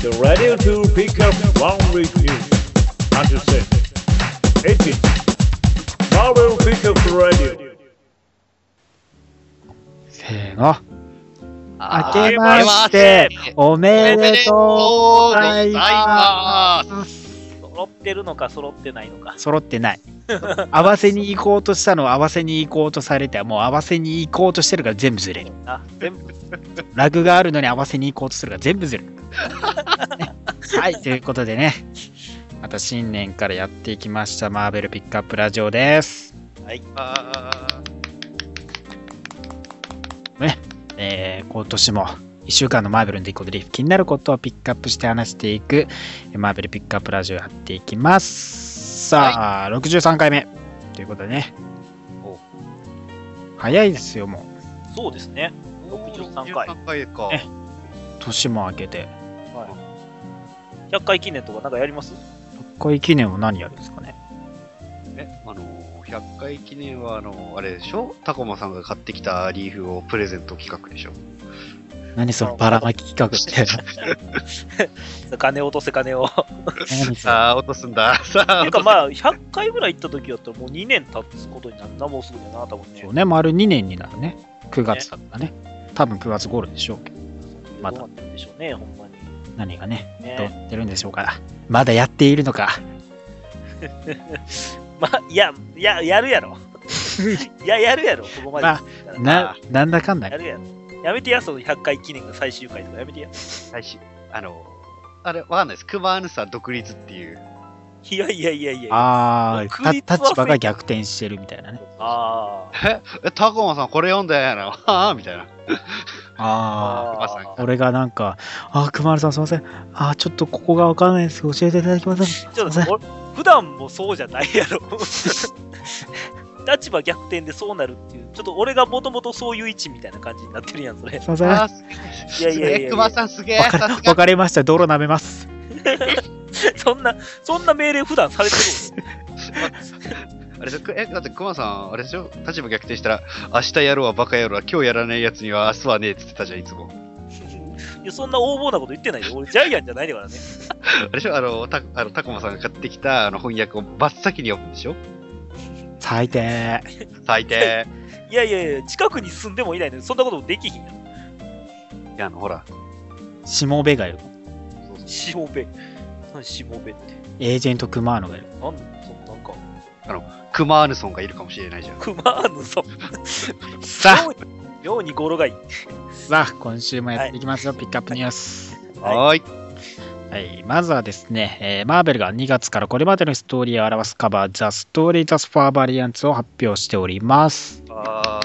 The radio to pick up one with you. Until then, 18. Marvel Pickup Radio. せーの。あ明けまして、おめでとうございます。揃ってるのか揃ってないのか。揃って ない。合わせに行こうとしたのを合わせに行こうとされて、もう合わせに行こうとしてるから全部ずれる。あ、全部。ラグがあるのに合わせに行こうとするから全部 ずれる。はい、ということでね、また新年からやっていきました、マーベルピックアップラジオです。あえー今年も1週間のマーベルの出来事で気になることをピックアップして話していく、えーマーベルピックアップラジオやっていきます。さあ、63回目ということでねお。早いですよ、もう。そうですね。ー63回63回か。え年も明けて。はい。100回記念とかなんかやりますこういう記念を何やるんですかね。ね、あのー、100回記念は、あのー、あれでしょタコマさんが買ってきたリーフをプレゼント企画でしょ何そのばらまき企画 って。金を落とせ金 を。っ何それさあ、 落とすんだ。さあ、てい落うかとまあ、100回ぐらい行った時だったらもう2年経つことになるな、もうすぐだな、多分ね。そうね、丸2年になるね。9月だったね。多分9月頃でしょうけど。まだどうなってるんでしょうね、ほんまに。何がね、どうねなってるんでしょうか。まだやっているのか。まあ、いや、いや、やる やろ。いや、やるやろ、ここまで来たら。な、なんだかんだやるやろ。やめてや、その100回記念の最終回とかやめてや。す最新あのー、あれ、わかんないです。クマアヌさん独立っていう。いやいやいやいや。あクあ、リスたマス立場が逆転してるみたいなね。あーえ、タコマさんこれ読んだやな。はあみたいな。あーああ。ー。俺がなんか、ああ、熊丸さんすいません。ああ、ちょっとここがわからないです。教えていただけません。すちょっと俺普段もそうじゃないやろ。立場逆転でそうなるっていう、ちょっと俺がもともとそういう位置みたいな感じになってるやん、それ。いません。あわー、すいやいやいやいげえ。やクマさんすげえ。かさすが。かりました。泥舐めます。そんな、そんな命令普段されてる あれでえ、だってクマさん、あれでしょ立場逆転したら、明日やろうはバカやろうは、今日やらないやつには明日はねえって言ってたじゃん、いつも。のいや、そんな横暴なこと言ってないよ。俺、ジャイアンじゃないからね。あれでしょあの、たあのタコマさんが買ってきたあの翻訳を真っ先に読むんでしょ最低。最低。いやいやいや、近くに住んでもいないのに、そんなこともできひんやん。いや、あの、ほら。しもべがいる。しもべ。何しもべって。エージェントクマーノがいる。なんそのなんか、クマアヌソンがいるかもしれないじゃん。クマーヌソン。さ妙に妙に語呂がいい。あ、さあ、今週もやっていきますよ。ピックアップニュース。はいはーい。はい、まずはですね、えーマーベルが2月からこれまでのストーリーを表すカバー、The Story That's for Variants を発表しております。あ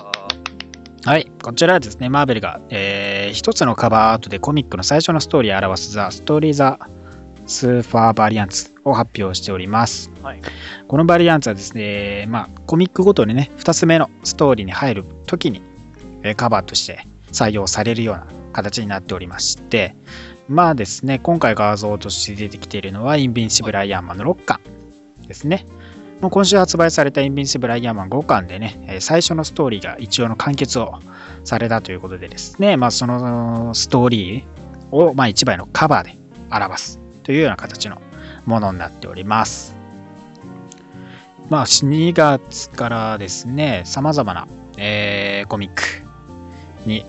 はい、こちらはですね、マーベルが、えー一つのカバーアートでコミックの最初のストーリーを表すザ・ストーリー・ザ・スーパーバリアンツを発表しております。はいこのバリアンツはですね、まあ、コミックごとにね、2つ目のストーリーに入るときに、えーカバーとして採用されるような形になっておりまして、まあですね、今回画像として出てきているのは、インビンシブル・アイアンマンの6巻ですね。もう今週発売されたインビンシブル・アイアンマン5巻でね、えー最初のストーリーが一応の完結をされたということでですね、まあ、そのストーリーを、まあ、1枚のカバーで表すというような形のものになっております。まあ、2月からですね、さまざまな、えーコミックに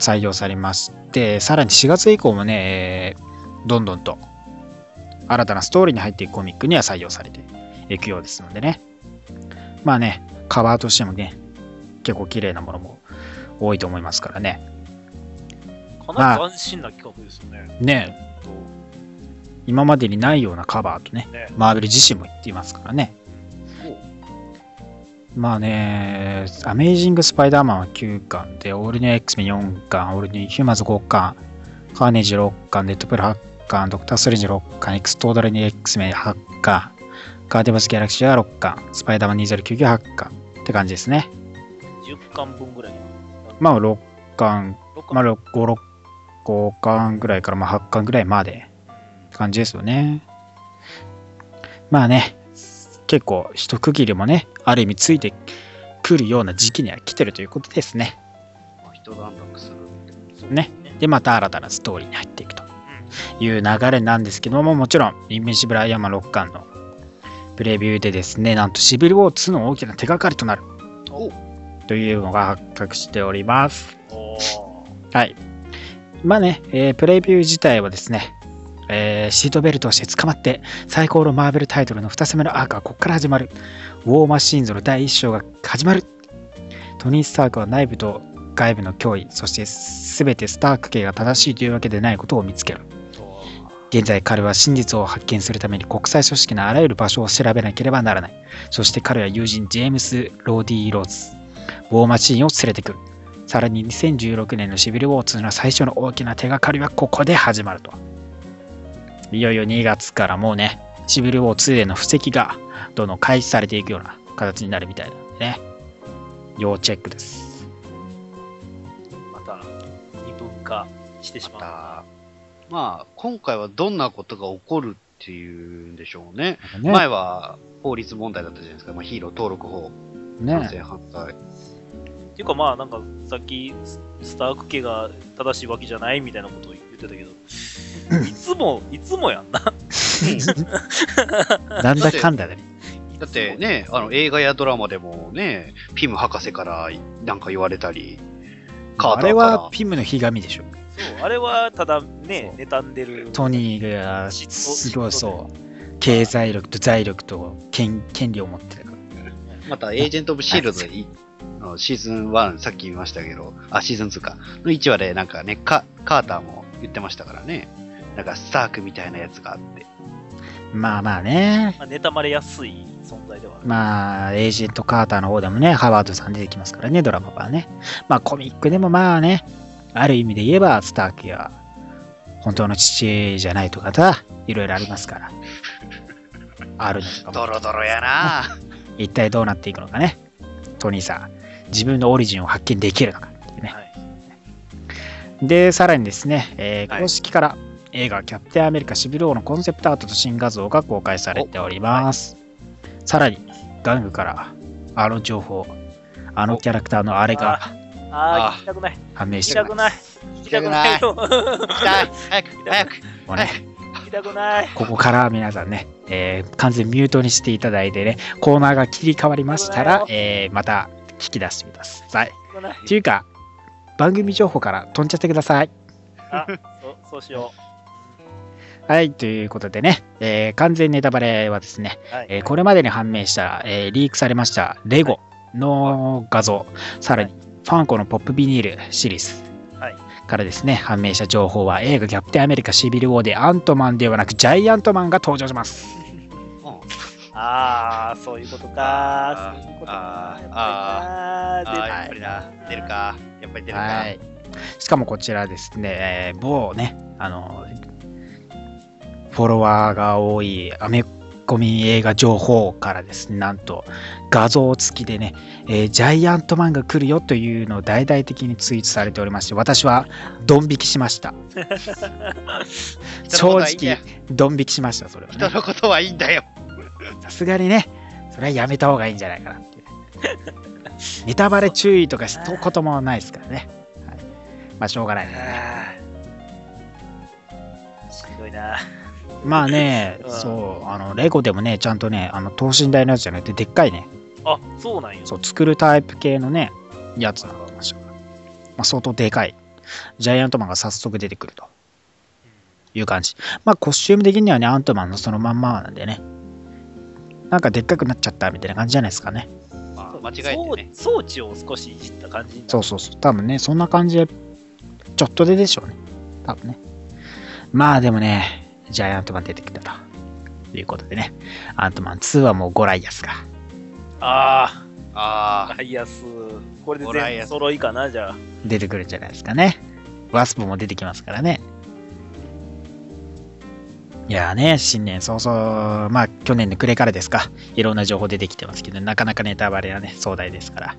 採用されまして、さらに4月以降もね、えーどんどんと新たなストーリーに入っていくコミックには採用されていくようですのでね。まあね、カバーとしてもね、結構綺麗なものも多いと思いますからね。かなり斬新な企画ですよね。ね、ほんと今までにないようなカバーとね、ねマーベル自身も言っていますからね。まあね、アメイジング・スパイダーマンは9巻で、オールニュー X メン4巻、オールニューヒューマンズ5巻、カーネージ6巻、デッドプール8巻、ドクター・ストレンジ6巻、エクストーダルニュー X メン8巻、ガーディバス・ギャラクシーは6巻、スパイダーマン2099は8巻って感じですね。 10巻分ぐらい。まあ6巻6巻まあ、5、6、5巻ぐらいから、まあ、8巻ぐらいまでって感じですよね。まあね、結構一区切りもね、ある意味ついてくるような時期には来てるということですね。あ。人段落する。ね。で、また新たなストーリーに入っていくという流れなんですけども、もちろん、インビジブルアイアンマン6巻のプレビューでですね、なんとシビルウォー2の大きな手がかりとなるおというのが発覚しております。おーはい。まあね、えープレビュー自体はですね、えーシートベルトをして捕まって最高のマーベルタイトルの2つ目のアークはここから始まる。ウォーマシーンズの第1章が始まる。トニー・スタークは内部と外部の脅威、そして全てスターク家が正しいというわけでないことを見つける。おー現在彼は真実を発見するために国際組織のあらゆる場所を調べなければならない。そして彼は友人ジェームス・ローディ・ローズ、ウォーマシーンを連れてくる。さらに2016年のシビル・ウォー2の最初の大きな手がかりはここで始まると。いよいよ2月からもうね、シビル・ウォー2への布石がどんどん開始されていくような形になるみたいなんでね。要チェックです。また二分化してしままう。た、まあ、今回はどんなことが起こるっていうんでしょうね。ね前は法律問題だったじゃないですか。まあ、ヒーロー登録法、賛成ね反対。っていうかまあなんかさっきススターク家が正しいわけじゃないみたいなことを言ってたけど、い つも、いつもやんな。 なんだかんだで、ね。だってね、あの映画やドラマでもね、ピム博士からなんか言われたり、カーあターれからはピムのひがみでしょ。そう、あれはただね、妬んでる。トニーが嫉妬すごいそ嫉う経済力と財力と権権利を持ってるからまた、エージェント・オブ・シールドでい、あのシーズン1、さっき言いましたけど、あ、シーズン2か、の1話で、なんかねカ、カーターも言ってましたからね。なんか、スタークみたいなやつがあって。まあまあねまあ、妬まれやすい存在ではある。まあエージェント・カーターの方でもねハワードさん出てきますからねドラマはねまあコミックでもまあねある意味で言えばスターキは本当の父じゃないとかさいろいろありますからあるのかドもロドロやなぁ一体どうなっていくのかねトニーさん自分のオリジンを発見できるのかっていうねはい、で、さらにですね、えーはい公式から映画キャプテンアメリカシビル王のコンセプトアートと新画像が公開されております。さらに、玩具からあの情報、あのキャラクターのあれがあああ、聞きたくない。判明聞しきてたおりくまないす。。聞きたくないよ。 早く、早く、早く。もうね 聞きたくない。ここから皆さんね、えー完全ミュートにしていただいてね、コーナーが切り替わりましたら、えーまた聞き出してください。聞きたくない。っていうか、番組情報から飛んじゃってください。あ、そそうしよはい、ということでね、えー完全ネタバレはですね、う。はい。えーこれまでに判明した、えーリークされましたレゴの画像、さらにファンコのポップビニールシリーズはいからですね、判明した情報は映画キャプテンアメリカシビルウォーでアントマンではなくジャイアントマンが登場します。うんああ、そういうことかあーそういうことあかーやっぱりあーなやっぱりな、出るか。やっぱり出るか。はい。しかもこちらですね、えー某ね、あの、フォロワーが多いアメコミ映画情報からですね、なんと画像付きでね、えージャイアントマンが来るよというのを大々的にツイートされておりまして、私はドン引きしま した。人のこと正はいいんだよ直、ドン引きしました、それは、人ね。のことはいいんだよ。 さすがにね、それはやめた方がいいんじゃないかなっていう。 ネタバレ注意とか一言もないですからね。はい、まあ、しょうがないね。あーしんどいな。まあね、 うんそう、あの、レゴでもね、ちゃんとね、あの、等身大のやつじゃなくて、でっかいね、あ、そうなんよ。そう、作るタイプ系のね、やつなのかもしれない。まあ、相当でかい。ジャイアントマンが早速出てくるという感じ。まあ、コスチューム的にはね、アントマンのそのまんまなんでね。なんかでっかくなっちゃったみたいな感じじゃないですかね。まそうあ、間違えてね。装装置を少しいじった感じになるそうそうそう。多分ね、そんな感じで、ちょっとででしょうね。多分ね。まあでもね、ジャイアントマン出てきたと。いうことでね、アントマン2はもうゴライアスが。ああ、あライアス。これでオライ全ア部ス揃いかな、じゃあ。出てくるんじゃないですかね。ワスプも出てきますからね。いやーね、新年早々、まあ去年の暮れからですか、いろんな情報出てきてますけど、なかなかネタバレはね、壮大ですから。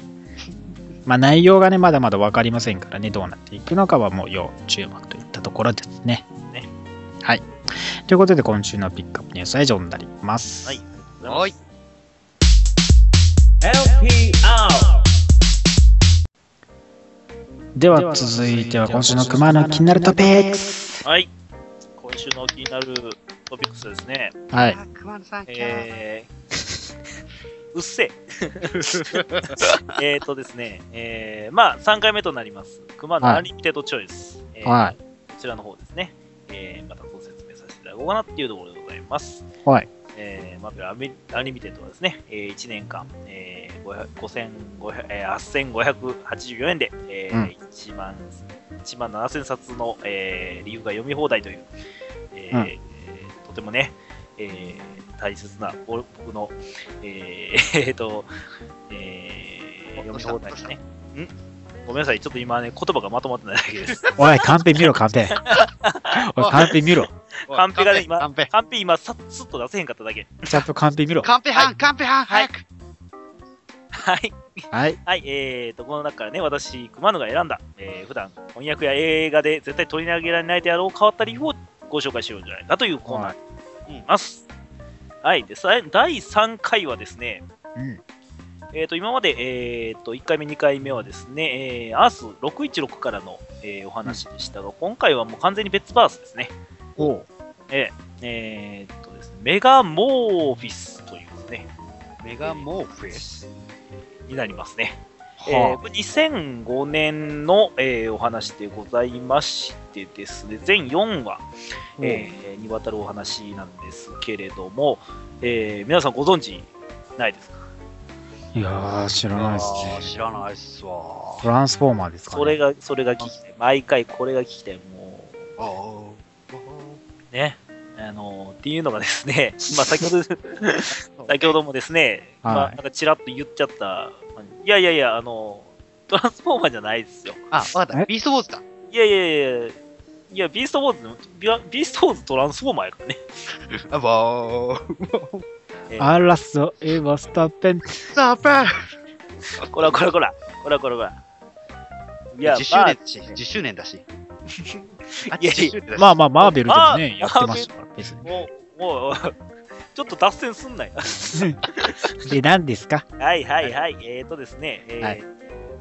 まあ内容がね、まだまだ分かりませんからね、どうなっていくのかはもう要注目といったところですね。ねはい。ということで、今週のピックアップニュースは以上になります。はい。あ。ははいい。。 LPR では続いては今週の熊の気になるトピックス。はい。今週の気になるトピックスですね。はい。あ、熊野さん、キャー。えー、うっせ え。えっとですね、えー、まあ、3回目となります。熊野アンリミテッドチョイス。えーはい。こちらの方ですね。えー、またご説明させていただこうかなっていうところでございます。はい。えー、マーベルアミアンリミテッドはですね、えー、1年間、えー、500 5500えー8584円で、えー1万1万7000冊の、えー、理由が読み放題という、えーうんえーとてもね、えー大切なぼ僕の、えー えーと、えー、お読み放題ですね。んごめんなさい、ちょっと今ね、言葉がまとまってないだけです。おい、カンペ 見ろ、カンペ。おい、カンペ見ろ。カンペがね、今、カンペ。カンペ今、さっと出せへんかっただけ。ちゃんとカンペ見ろ。カンペ班、カンペ班、は早いく。はい。はい。はい、えーと、この中からね、私、熊野が選んだ、えー、普段、翻訳や映画で絶対取り上げられないであろう変わった理由をご紹介しようんじゃないかというコーナーになります。はい、で、さ第3回はですね、うん。えー、と今まで、えー、と1回目、2回目はですね、えー、アース616からの、えーお話でしたが、今回はもう完全に別バースですね。おう。えーえーっとですね、メガモーフィスというですね、メガモーフェス。になりますね。えーはこれ2005年の、えーお話でございましてですね、全4話、あ。えーにわたるお話なんですけれども、えー皆さんご存知ないですかいやー、知らないですあーね。知らないっすわ。トランスフォーマーですかね。それが、それが聞きたい。毎回これが聞きたい。もう、あーね、あのっていうのがですね、 まあ、先 ほど先ほどもですね、はいまあ、なんかちらっと言っちゃった、いやいやいや、あのトランスフォーマーじゃないですよ。あ、わかった。えビーストウォーズだ。いやいやいやいや、ビーストウォーズの、ビワビーストウォーズトランスフォーマーやからね。あわー。えーあらそう、エヴァスタッペン。ザーパーこらこらこら、こらこらこら。いや、 10周まあ年、だし、10周年だし。あいや10周年だしまあまあ、マーベルでもね、やマっーてましたから、別に。もう、もう、ちょっと脱線すんなよ。 で、何ですかはいはいはい、えーとですね、えーはい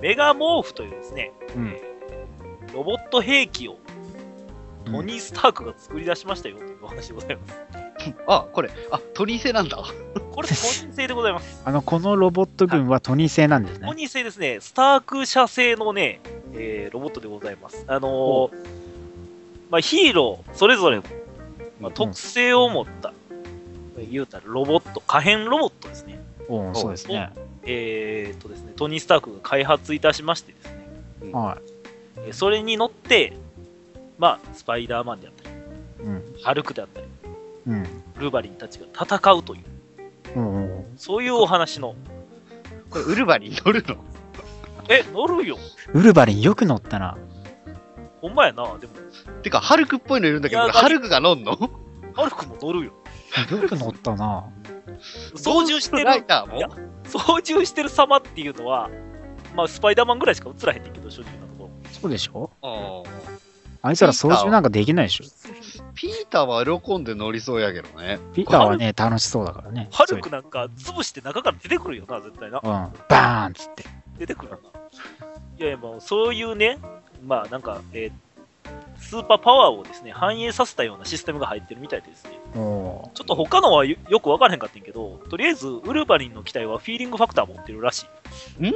メガモーフというですね、うん。ロボット兵器をうトんニー・スタークが作り出しましたよというお話でございます。あ、これ、あ、トニー製なんだ。 これ、トニー製でございます。あの、このロボット軍はトニー製なんですトね。ニー製ですね、スターク社製のね、えーロボットでございます。あのーまあ、ヒーロー、それぞれ、まあ、特性を持った、言うたらロボット、可変ロボットですね。うん、そうですね。えー、とですね、トニー・スタークが開発いたしましてですね、はえーそれに乗って、まあ、スパイダーマンであったり、い。うん。ハルクであったり、うん。ウルバリンたちが戦うという、うんうん。そういうお話の、これ、ウルバに乗るのえ、乗るよ、ウルバリンよく乗ったな。ほんまやな、でも、てか、ハルクっぽいのいるんだけど、いこやれハルクが乗んのハルクも乗るよ。よく乗ったな。操縦してライる、ターいやも操縦してる様っていうのは、まあ、スパイダーマンぐらいしか映らへんねんけど、正直なところ。そうでしょああいつら操縦なんかできないでしょ。ーピーターは喜んで乗りそうやけどね。ピーターはね、楽しそうだからね。ハルクなんか潰して中から出てくるよな、絶対なそう。いううん。バーンっつって。出てくるよな。いやいや、もうそういうね、まあなんか、えースーパーパワーをですね、反映させたようなシステムが入ってるみたいでですね、もちょっと他のはよよく分からへんかったんやけど、とりあえずウルバリンの機体はフィーリングファクター持ってるらしい。う、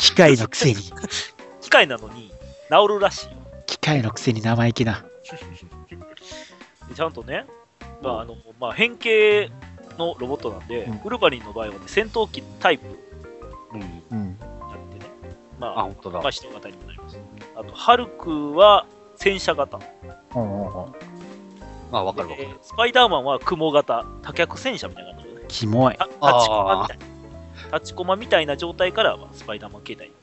機械のくせに、機械なのに治るらしいよ。機械のくせに生意気な。でちゃんとね、まああのまあ、変形のロボットなんで、うんウルバリンの場合は、ね、戦闘機タイプにうん。うん。なってね、まあ、あ、本当だまあ、。人型にもなります。あと、ハルクは戦車型。うんうんうん。あ、わかるわかでる。スパイダーマンは雲型、多脚戦車みたいな感じで、ね、キモい。た立ちコマみたいな。立ちコマみたいな状態から、まあ、スパイダーマン形態に。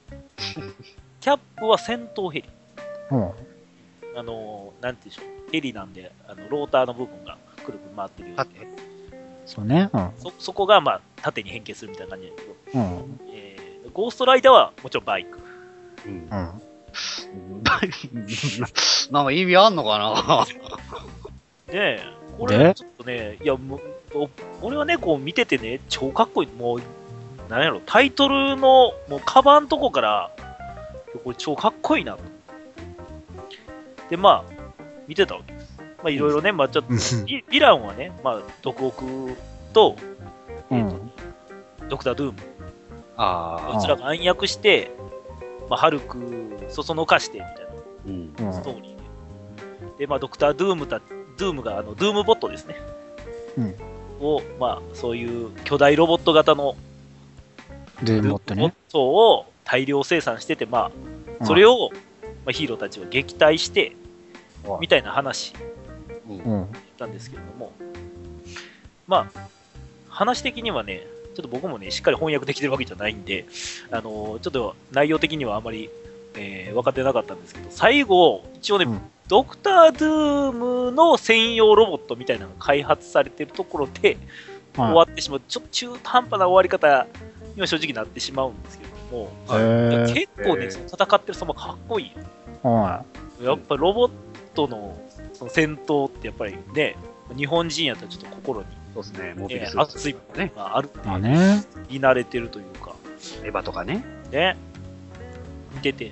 キャップは戦闘ヘリ。うん。あのーなんていうんでしょう。ヘリなんで、あのローターの部分がくるくる回ってるよう縦で、そうね。うん。そそこが、まあ、縦に変形するみたいな感じなんですけど、うん。えーゴーストライダーはもちろんバイク。うんう。ん。 なんか意味あんのかなねえ、こでれちょっとね、いや、もうお俺はね、こう見ててね、超かっこいい。もう、なんやろ、タイトルの、もう、カバンとこから、これ超かっこいいなと。で、まあ、見てたわけです。まあ、いろいろね、まあ、ちょっと、うんヴィヴィランはね、まあ、毒オクと、えーうとんドクター・ドゥーム、あこちらが暗躍して、まあ、ハルク、そそのかして、みたいあ、うん。うなスんトーリーで。で、まあ、ドクター・ドゥームた、ドゥームが、あの、ドゥームボットですね。うんを、まあ、そういう巨大ロボット型のドゥードゥームムボボットねッ。トを大量生産してて、まうあ、んそれを、まあ、ヒーローたちは撃退してうん、みたいな話うんうん。ったんですけれども、まあ、話的にはね、ちょっと僕もね、しっかり翻訳できてるわけじゃないんで、あのーちょっと内容的にはあまり、えー分かってなかったんですけど、最後、一応ね、うんドクター・ドゥームの専用ロボットみたいなのが開発されてるところで、終わはってしまう、ちょっと中途半端な終わり方には正直なってしまうんですけれども、い。へ結え構ーね、その戦ってる様かっこいいよ。ーはやっぱロボットのその戦闘ってやっぱりね、日本人やったらちょっと心に、そうですね。モビえルスーーツ熱いともかのね。があるい。まあね。見慣れてるというか、エヴァとかね。ね、見てて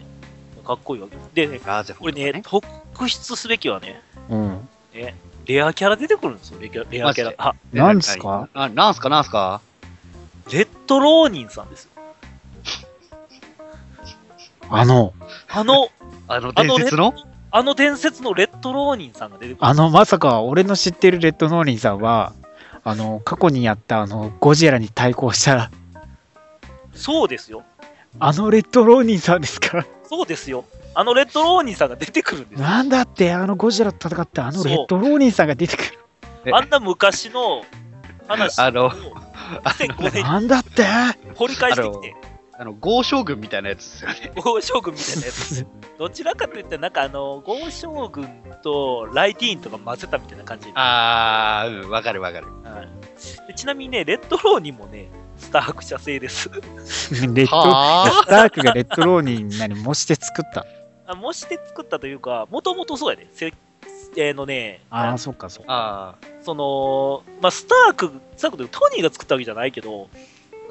かっこいいわけです。で、ね、ガーゼフこォンれとかね。ね、特筆すべきはね、うん。ねレアキャラ出てくるんですよ、レアレアキマジャラで。あ、なんすかあ、なんすかなんすかレッドローニンさんですよ。あの、あの、あの伝説のあの伝説のレッドローニンさんが出てくる。あの、まさか俺の知ってるレッドノーリンさんは、あの、過去にやったあの、ゴジラに対抗した、そうですよ。あのレッドローニンさんですかそうですよ。あのレッドローニンさんが出てくるんですよ。なんだって、あのゴジラと戦ったあのレッドローニンさんが出てくる。えあんな昔の話をあの2005年なんだってに掘り返してきて、あの、豪将軍みたいなやつですよね。豪将軍みたいなやつ。どちらかといったら、なんかあの、豪将軍とライティーンとか混ぜたみたいな感じで。あー、うん、わかるわかる。はいでちなみにね、レッドローにもね、スターク社製です。レッド、はスタークがレッドローニンになり、模して作った。あ模して作ったというか、もともとそうやね。せえーのね、ああ、あそっかそっか。あー。その、まあ、スターク、スタークというかトニーが作ったわけじゃないけど、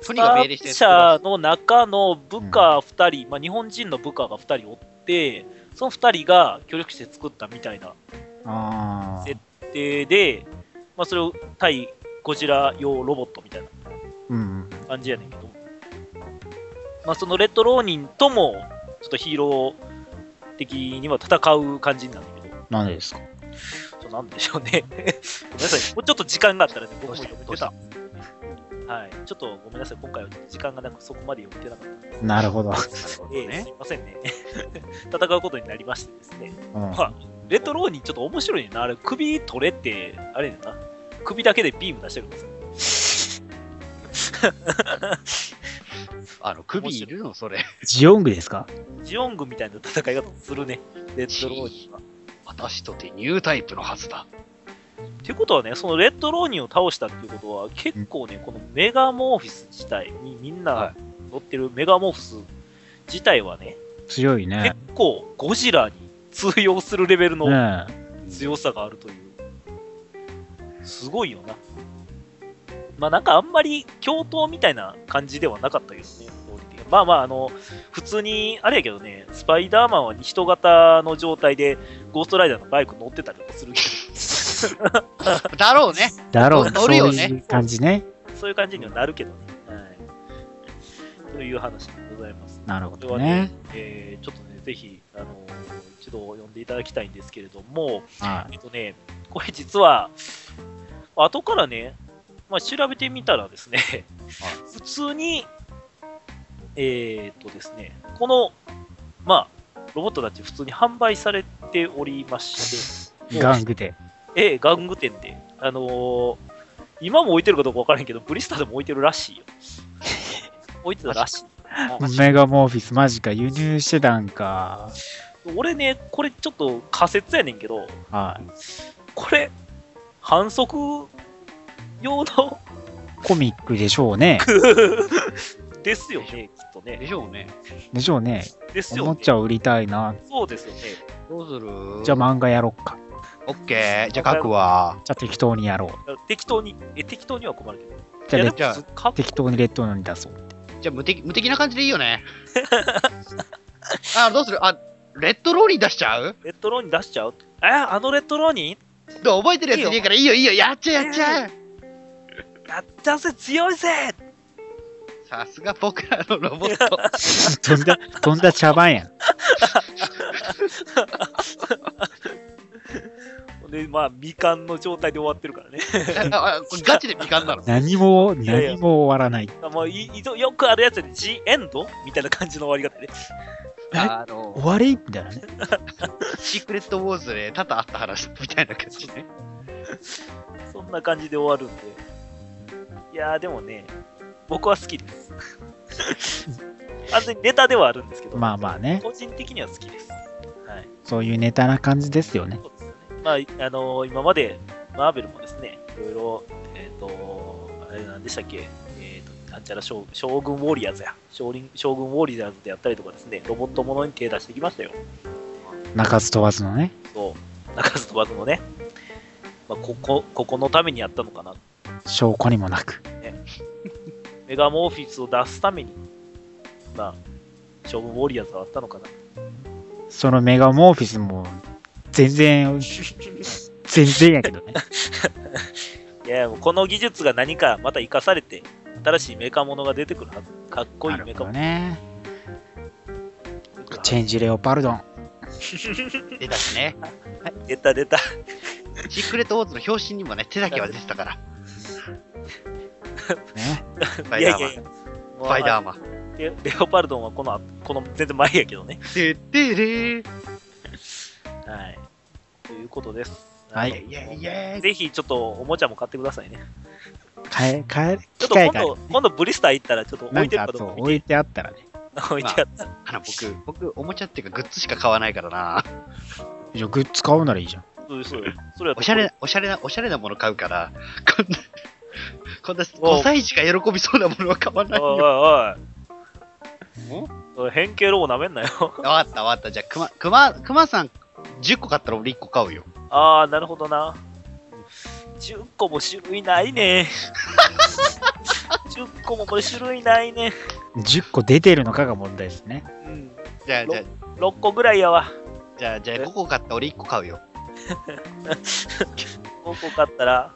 トニーが命令してスター社の中の部下2人、まあ、日本人の部下が2人おって、その2人が協力して作ったみたいなああ。でで、まあ、それを対ゴジラ用ロボットみたいなうん。感じやねんけど、まあ、そのレッドローニンともちょっとヒーロー的には戦う感じになるんだけど、なんでですかちょっとなんでしょうね。ご めんなさい、もうちょっと時間があったらね、僕も読めどうてしたた。はい、ちょっとごめんなさい、今回は時間がなくそこまで読めてなかったのなるほど。で、ねすいませんね。 戦うことになりましてですね。うんまあ、レッドローニンちょっと面白いねんな。あれ、首取れって、あれやねんな。首だけでビーム出してるんですよ。あの、首いるのそれ。ジオングですかジオングみたいな戦い方するね。レッドローニンは。私とてニュータイプのはずだ。ってことはね、そのレッドローニンを倒したっていうことは、結構ね、このメガモーフィス自体にみんはな乗ってるメガモーフィス自体はね、強いね結。構ゴジラに通用するレベルのねえ強さがあるという。すごいよな。まあなんかあんまり共闘みたいな感じではなかったけどね、ストーリー的にまあまあ、あの、普通に、あれやけどね、スパイダーマンは人型の状態で、ゴーストライダーのバイク乗ってたりとかするけだろうね。だろう、乗そうるよねいう感じね。ど、そういう感じにはなるけどね。はい。という話でございます。なるほこれはどねね。、えーちょっとね、ぜひ、あの一度読んでいただきたいんですけれども、はい。えっとね、これ実は、後からね、まあ、調べてみたらですね、普通に、えーっとですね、この、まあ、ロボットたち普通に販売されておりまして、ガングで。ええ、玩具店で、あのー今も置いてるかどうかわからへんけど、ブリスターでも置いてる らしいよ。置いてたらしい。メガモーフィス、マジか、輸入してたんか。俺ね、これちょっと仮説やねんけど、はい。これ、反則用のコミックでしょうね。 ですよね、きっとねで。しょうね。でしょうね。ですおもよね。ちゃを売りたいな。そうですよね。どうするじゃあ漫画やろっか。オッケー。じゃあ書くわ。じゃあ適当にやろう。適当に、え、適当には困るけど。じゃあレッじゃあでもか適当にレッドのに出そう。じゃあ無敵無敵な感じでいいよね。 あ、どうするあ、レッドローリー出しちゃうレッドローニン出しちゃうえ、あのレッドローニンどう覚えてるやついねえから、いいよいいよ、やっちゃえやっちゃえやったぜ強いぜさすが僕らのロボッ ト。飛んだ、飛んだ茶番やん。で、まあ、未完の状態で終わってるからね。 あこれガチで未完なの。何も、いやいや何も終わらない。まあ、いいとよくあるやつで、ジエンドみたいな感じの終わり方で、ね。あの、終わりみたいなね。シークレットウォーズで多々あった話 みたいな感じね。そんな感じで終わるんで。いやー、でもね、僕は好 きです。完全にネタではあるんですけど、まあまあね、個人的には好きです。はい。そういうネタな感じですよね。そうですね。まあ、あのー今まで、マーベルもですね、いろいろ、えっ、と、あれなんでしたっけ、えっ、と、なんちゃら将将軍ウォリアーズや、将臨将軍ウォリアーズでやったりとかですね、ロボットものに手出してきましたよ。泣かず飛ばずのね。そう、中津飛ばずのね、まあ、ここ、ここのためにやったのかな。証拠にもなく。メガモーフィスを出すために、まあ、将軍ウォリアーズはあったのかな。そのメガモーフィスも、全然、全然やけどね。いやいや、もうこの技術が何かまた生かされて、新しいメカものが出てくるはず。かっこいいなメるカほどものがね。出てくるはずチェンジレオパルドン。出たしね。出た出た。シークレットウォーズの表紙にもね、手だけは出てたから。 ね。スパいイダやーいやマいン。やス。パイダーマン。 レレオパルドンはこの後、この全然前やけどね。てってれー。はい。ということです。はいあのイェイイェイぜひちょっとおもちゃも買ってくださいね。変え、変え、ちょっ機と械今がある度、今度ブリスター行ったらちょっとな置いんてるかかどそううか、置いてあったらね。置いてあった。あの、僕、僕、おもちゃっていうかグッズしか買わないからな。じゃあグッズ買うならいいじゃん。そうそうよ。それはおしゃれ、おしゃれな、おしゃれなもの買うから、こんな、こんな5歳児が喜びそうなものは買わないおいよ。おんいおい。変形ロボなめんなよ。わかったわかった。じゃあ、熊、熊、熊さん10個買ったら俺1個買うよ。あー、なるほどな。10個も種類ないね。10個もこれ種類ないね。 10個出てるのかが問題ですね。うん。じゃあ、じゃあ、 6個ぐらいやわ。じゃあ、じゃあえ5個買ったら俺1個買うよ。 5個買ったら、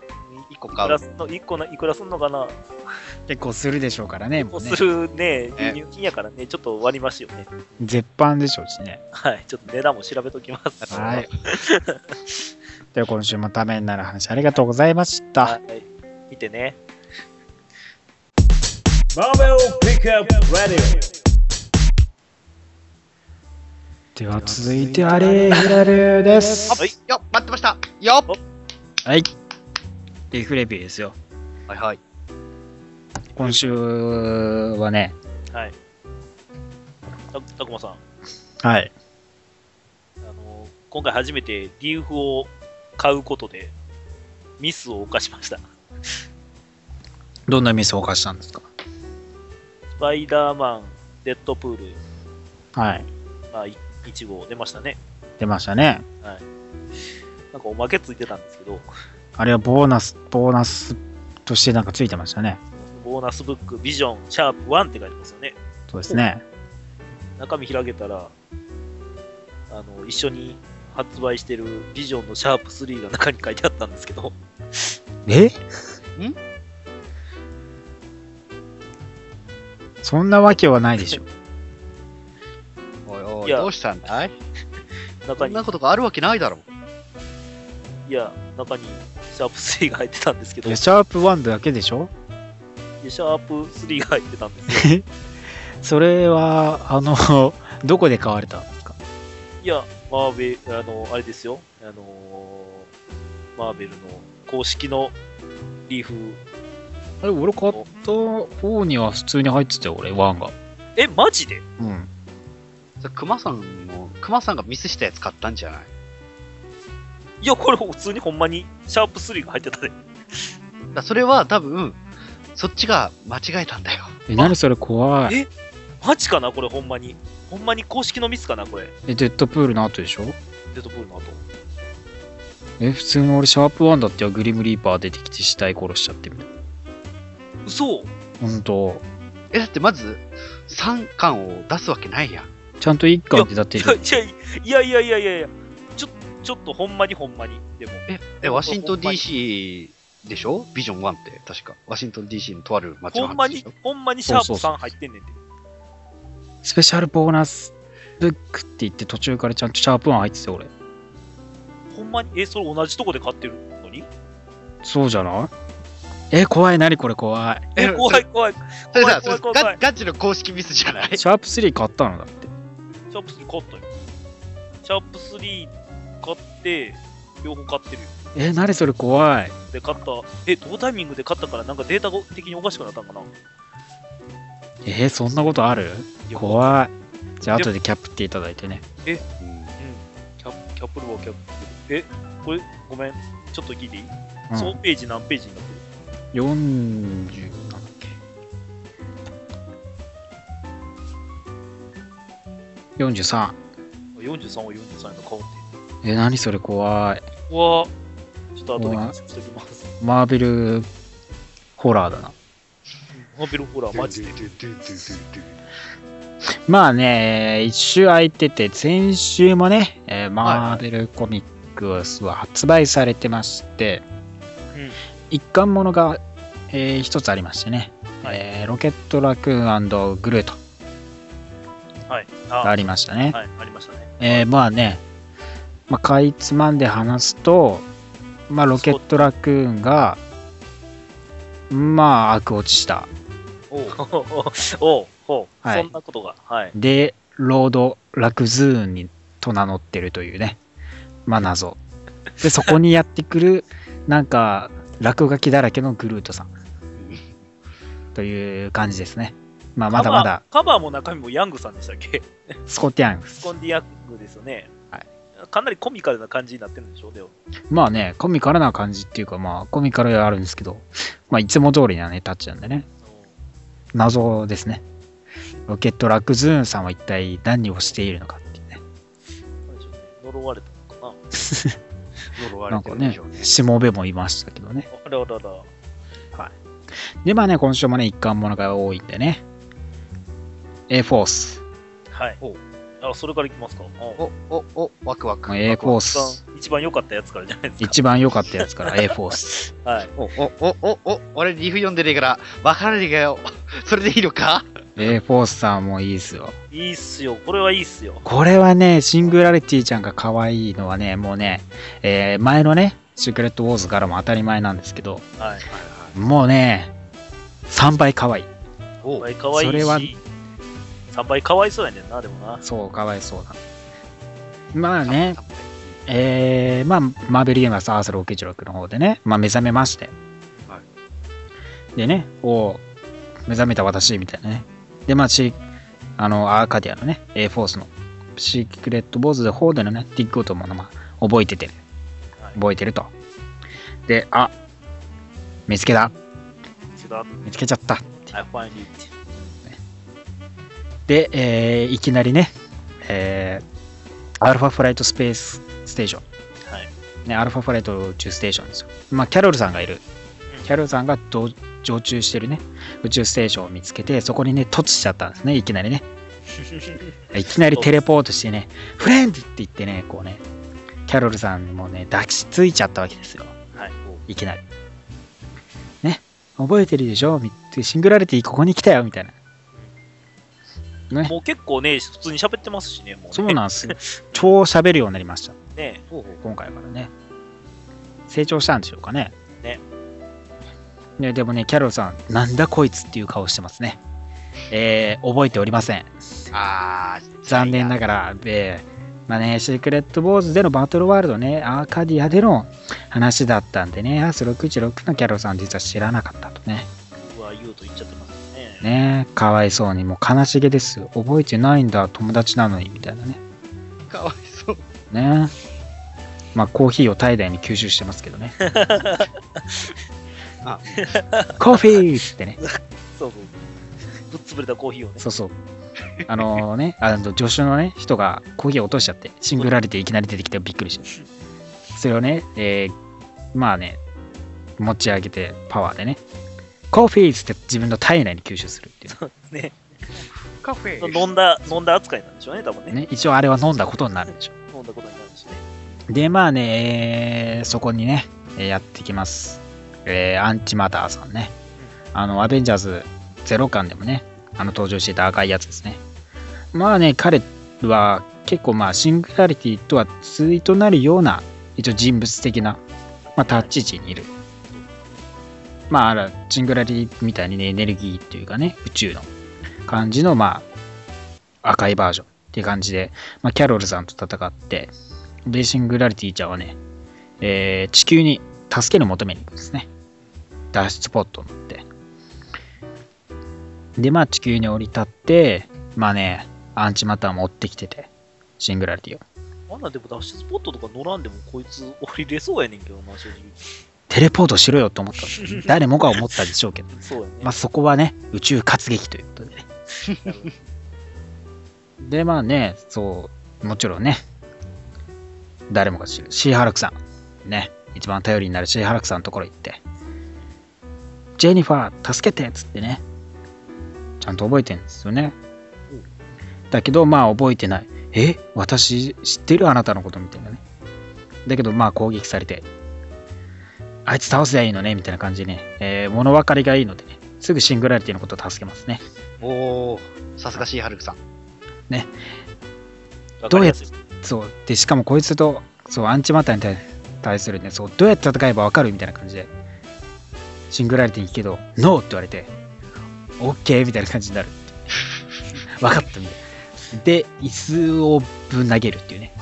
1個い買くうら。すんの、1個のいくらすんのかな結構するでしょうからね。もこううねするね、え輸入金やからね、ちょっと割りますよね。絶版でしょうしね。はい、ちょっと値段も調べときます。はい。では今週もためになる話ありがとうございました。はい見てね。 Marvel Pickup Radio. では続いてあれラルです。はい。よっ、待ってました。よっ。はい。リフレビューですよ。はいはい。今週はね、はい。たたくまさん、あはい。の今回初めてリーフを買うことでミスを犯しました。どんなミスを犯したんですかスパイダーマン、デッドプール、はい。まあ、い1号出ましたね。出ましたね。なんかおまけついてたんですけど、あれはボーナス、ボーナスとしてなんかついてましたね。ボーナスブック、ビジョン、シャープ1って書いてますよね。そうですね。中身開けたら、あの、一緒に発売してるビジョンのシャープ3が中に書いてあったんですけど、えんそんなわけはないでしょ。おいおいい、やどうしたんだい中そんに、なことがあるわけないだろ。いや、中にシャープ3が入ってたんですけど、いでやシシャープ1だけでしょャープ3が入ってたんですよ。それは、あの、 どこで買われたんですかいや、マーベル、あの、あれですよ、あのーマーベルの公式のリーフ、あれ、俺買った方には普通に入ってたよ、俺、1が。え、マジでうん。それ熊さんも、熊さんがミスしたやつ買ったんじゃないいや、これ普通にほんまにシャープ3が入ってたで。だからそれは多分、そっちが間違えたんだよ。え、何それ怖い。えマジかなこれほんまに。ほんまに公式のミスかなこれ。え、デッドプールの後でしょデッドプールの後。え、普通の俺、シャープ1だってよグリムリーパー出てきて死体殺しちゃってみたいな。嘘ほんと。え、だってまず、3巻を出すわけないやん。ちゃんと1巻ってだってい、やいやいやいやいやいやいやちょちょっとほんまにほんまに。でも、え、え、ワシントン DC でしょビジョン1って、確か。ワシントン DC のとある街のほんま話でにしょ、ほんまにシャープそうそうそ3入ってんねんて。スペシャルボーナスブックって言って途中からちゃんとシャープワン入ってたよ俺。ほんまに、え、それ同じとこで買ってるのにそうじゃないえ、怖い、何これ怖い。え、え怖い怖い。それさ、そ怖れい怖い怖いガガチの公式ミスじゃないシャープ3買ったのだって。シャープ3買ったよ。シャープ3買って、両方買ってるよ。え、何それ怖い。で、買った。え、同タイミングで買ったから、なんかデータご的におかしくなったんかなえーそんなことあるいや怖い。じゃあ、でも後でキャップっていただいてね。キャップキャップルボーキャップルボー。え、これ、ごめん。ちょっと聞いていい、うそのん、ページ何ページになってる40なんだっけ。43。 ?43 は43の顔ってえ、何それ怖い。うわちょっと後で検索しておきます。マーベルホラーだな。マーベルホラーマジで。まあね、一週空いてて、先週もね、えーマーベルコミックは発売されてまして、うん一巻ものが、えー一つありましてね、はいえーロケットラクーングルートはい。があありましたね。はい、ありましたね。えーまあね、まあ、かいつまんで話すと、まあ、ロケットラクーンが、まあ、悪落ちした。おうおうほう、はいそんなことが。はい。で、ロード・ラクズーンにと名乗ってるというね、まあ謎。で、そこにやってくる、 なんか、落書きだらけのグルートさん。という感じですね。まあ、まだまだ、カバー。カバーも中身もヤングさんでした っけスコッティアングススコンディアングですよね。はい。かなりコミカルな感じになってるんでしょでも。まあね、コミカルな感じっていうか、まあ、コミカルではあるんですけど、まあ、いつも通りなね、タッチなんでね、謎ですね。ロケット・ラクズーンさんは一体何をしているのかっていうね。なんでしょうね呪われたのかな呪わなれんてかるでねしょうね、。しもべもいましたけどね。あらあらあら。で、まあね、今週もね、一貫ものが多いんでね。A フォース。はいおう。あ、それからいきますか。おうお、お、お、ワクワク。 A フォー一ス。番一番良かったやつからじゃないですか。一番良かったやつから A フォース。はい。お、お、お、お、お、俺リーフ読んでねえから、わからねえかよ。それでいいのか A フォースさんもいいですよ。いいっすよ。これはいいっすよ。これはね、シングラリティちゃんが可愛いのはね、もうね、えー前のね、シークレットウォーズからも当たり前なんですけど、はい。もうね、3倍可愛い。お3倍可愛いし。それは3倍可愛そうやねんな、でもな。そう、可哀想な。まあね、えー、まあ、マーベル・ゲーマーズ・アーサー・ロケジロクの方でね、まあ、目覚めまして。はでね、おう目覚めた私、みたいなね。で、まあ、シーあの、アーカディアのね、A フォースの、シークレット・ボーズの方でのね、ディッグオートもの、まあ、覚えてて、はい。覚えてると。で、あ、見つけた、違う見つけちゃった。 I find it. で、えーいきなりね、えー、アルファフライトスペースステーショはい。ン、ね、アルファフライト宇宙ステーションですよ。まあ、キャロルさんがいる。キャロルさんが同常駐してるね、宇宙ステーションを見つけて、そこにね、突しちゃったんですね、いきなりね。いきなりテレポートしてね、フレンズって言ってね、こうね、キャロルさんもね、抱きついちゃったわけですよ。はい。いきなり。ね、覚えてるでしょみシングラリティここに来たよみたいな。ね、もう結構ね、普通に喋ってますしね、もうね。そうなんですよ。超喋るようになりました。ね。今回からね。成長したんでしょうかね。ね。ねでもね、キャロルさん、なんだこいつっていう顔してますね。えー、覚えておりません。あー、残念なががら、えー、まあね、シークレットボーズでのバトルワールドね、アーカディアでの話だったんでね、アース616のキャロルさん実は知らなかったとね。うわ、言うと言っちゃってますね。ねかわいそうに、もう悲しげですよ。覚えてないんだ、友達なのに、みたいなね。ら。かわいそう。ねまあコーヒーを体内に吸収してますけど ねあコーヒーってねそうそう。ぶっ潰れたコーヒーをね。そうそうあのねあの助手のね人がコーヒーを落としちゃってシングラリティいきなり出てきてびっくりしてそれをね、えーまあね持ち上げてパワーでねコーヒーって自分の体内に吸収するっていうね。カフェ飲んだ、飲んだ扱いなんでしょうね、多分ね。ね一応あれは飲んだことになるんでしょ飲んだことになるんでしょうね。で、まあね、えーそこにね、えーやってきます。えーアンチマターさんね。あの、アベンジャーズ0巻でもね、あの、登場していた赤いやつですね。まあね、彼は結構まあ、シングラリティとは対となるような、一応人物的な、まあ、立ち位置にいる。まあ、あら、シングラリティみたいにね、エネルギーっていうかね、宇宙の感じの、まあ、赤いバージョンっていう感じで、まあ、キャロルさんと戦って、で、シングラリティちゃんはね、えー地球に助ける求めに行くんですね。脱出ポットに乗って。で、まあ地球に降り立って、まあね、アンチマター持ってきてて、シングラリティを。あんなでも脱出スポットとか乗らんでもこいつ降りれそうやねんけどな、正直。テレポートしろよと思ったの。誰もが思ったでしょうけど。そうやね。ま あそこはね、宇宙活劇ということでね。で、まあね、そう、もちろんね、誰もが知る、シーハラクさん。ね、一番頼りになるシーハラクさんのところ行って、ジェニファー、助けてっつってね、ちゃんと覚えてるんですよね。だけど、まあ覚えてない。え私知ってるあなたのことみたいなね。だけど、まあ攻撃されて、あいつ倒せばいいのねみたいな感じでね、えー物分かりがいいのでね、すぐシングラリティのことを助けますね。おお、さすがシーハルクさん。わかりやすいそうでしかもこいつとそうアンチマターに対対するねそうどうやって戦えば分かるみたいな感じでシングラリティいいけど「ノー!」って言われて「OK!」みたいな感じになる 分かったみたいなで椅子をぶん投げるっていうね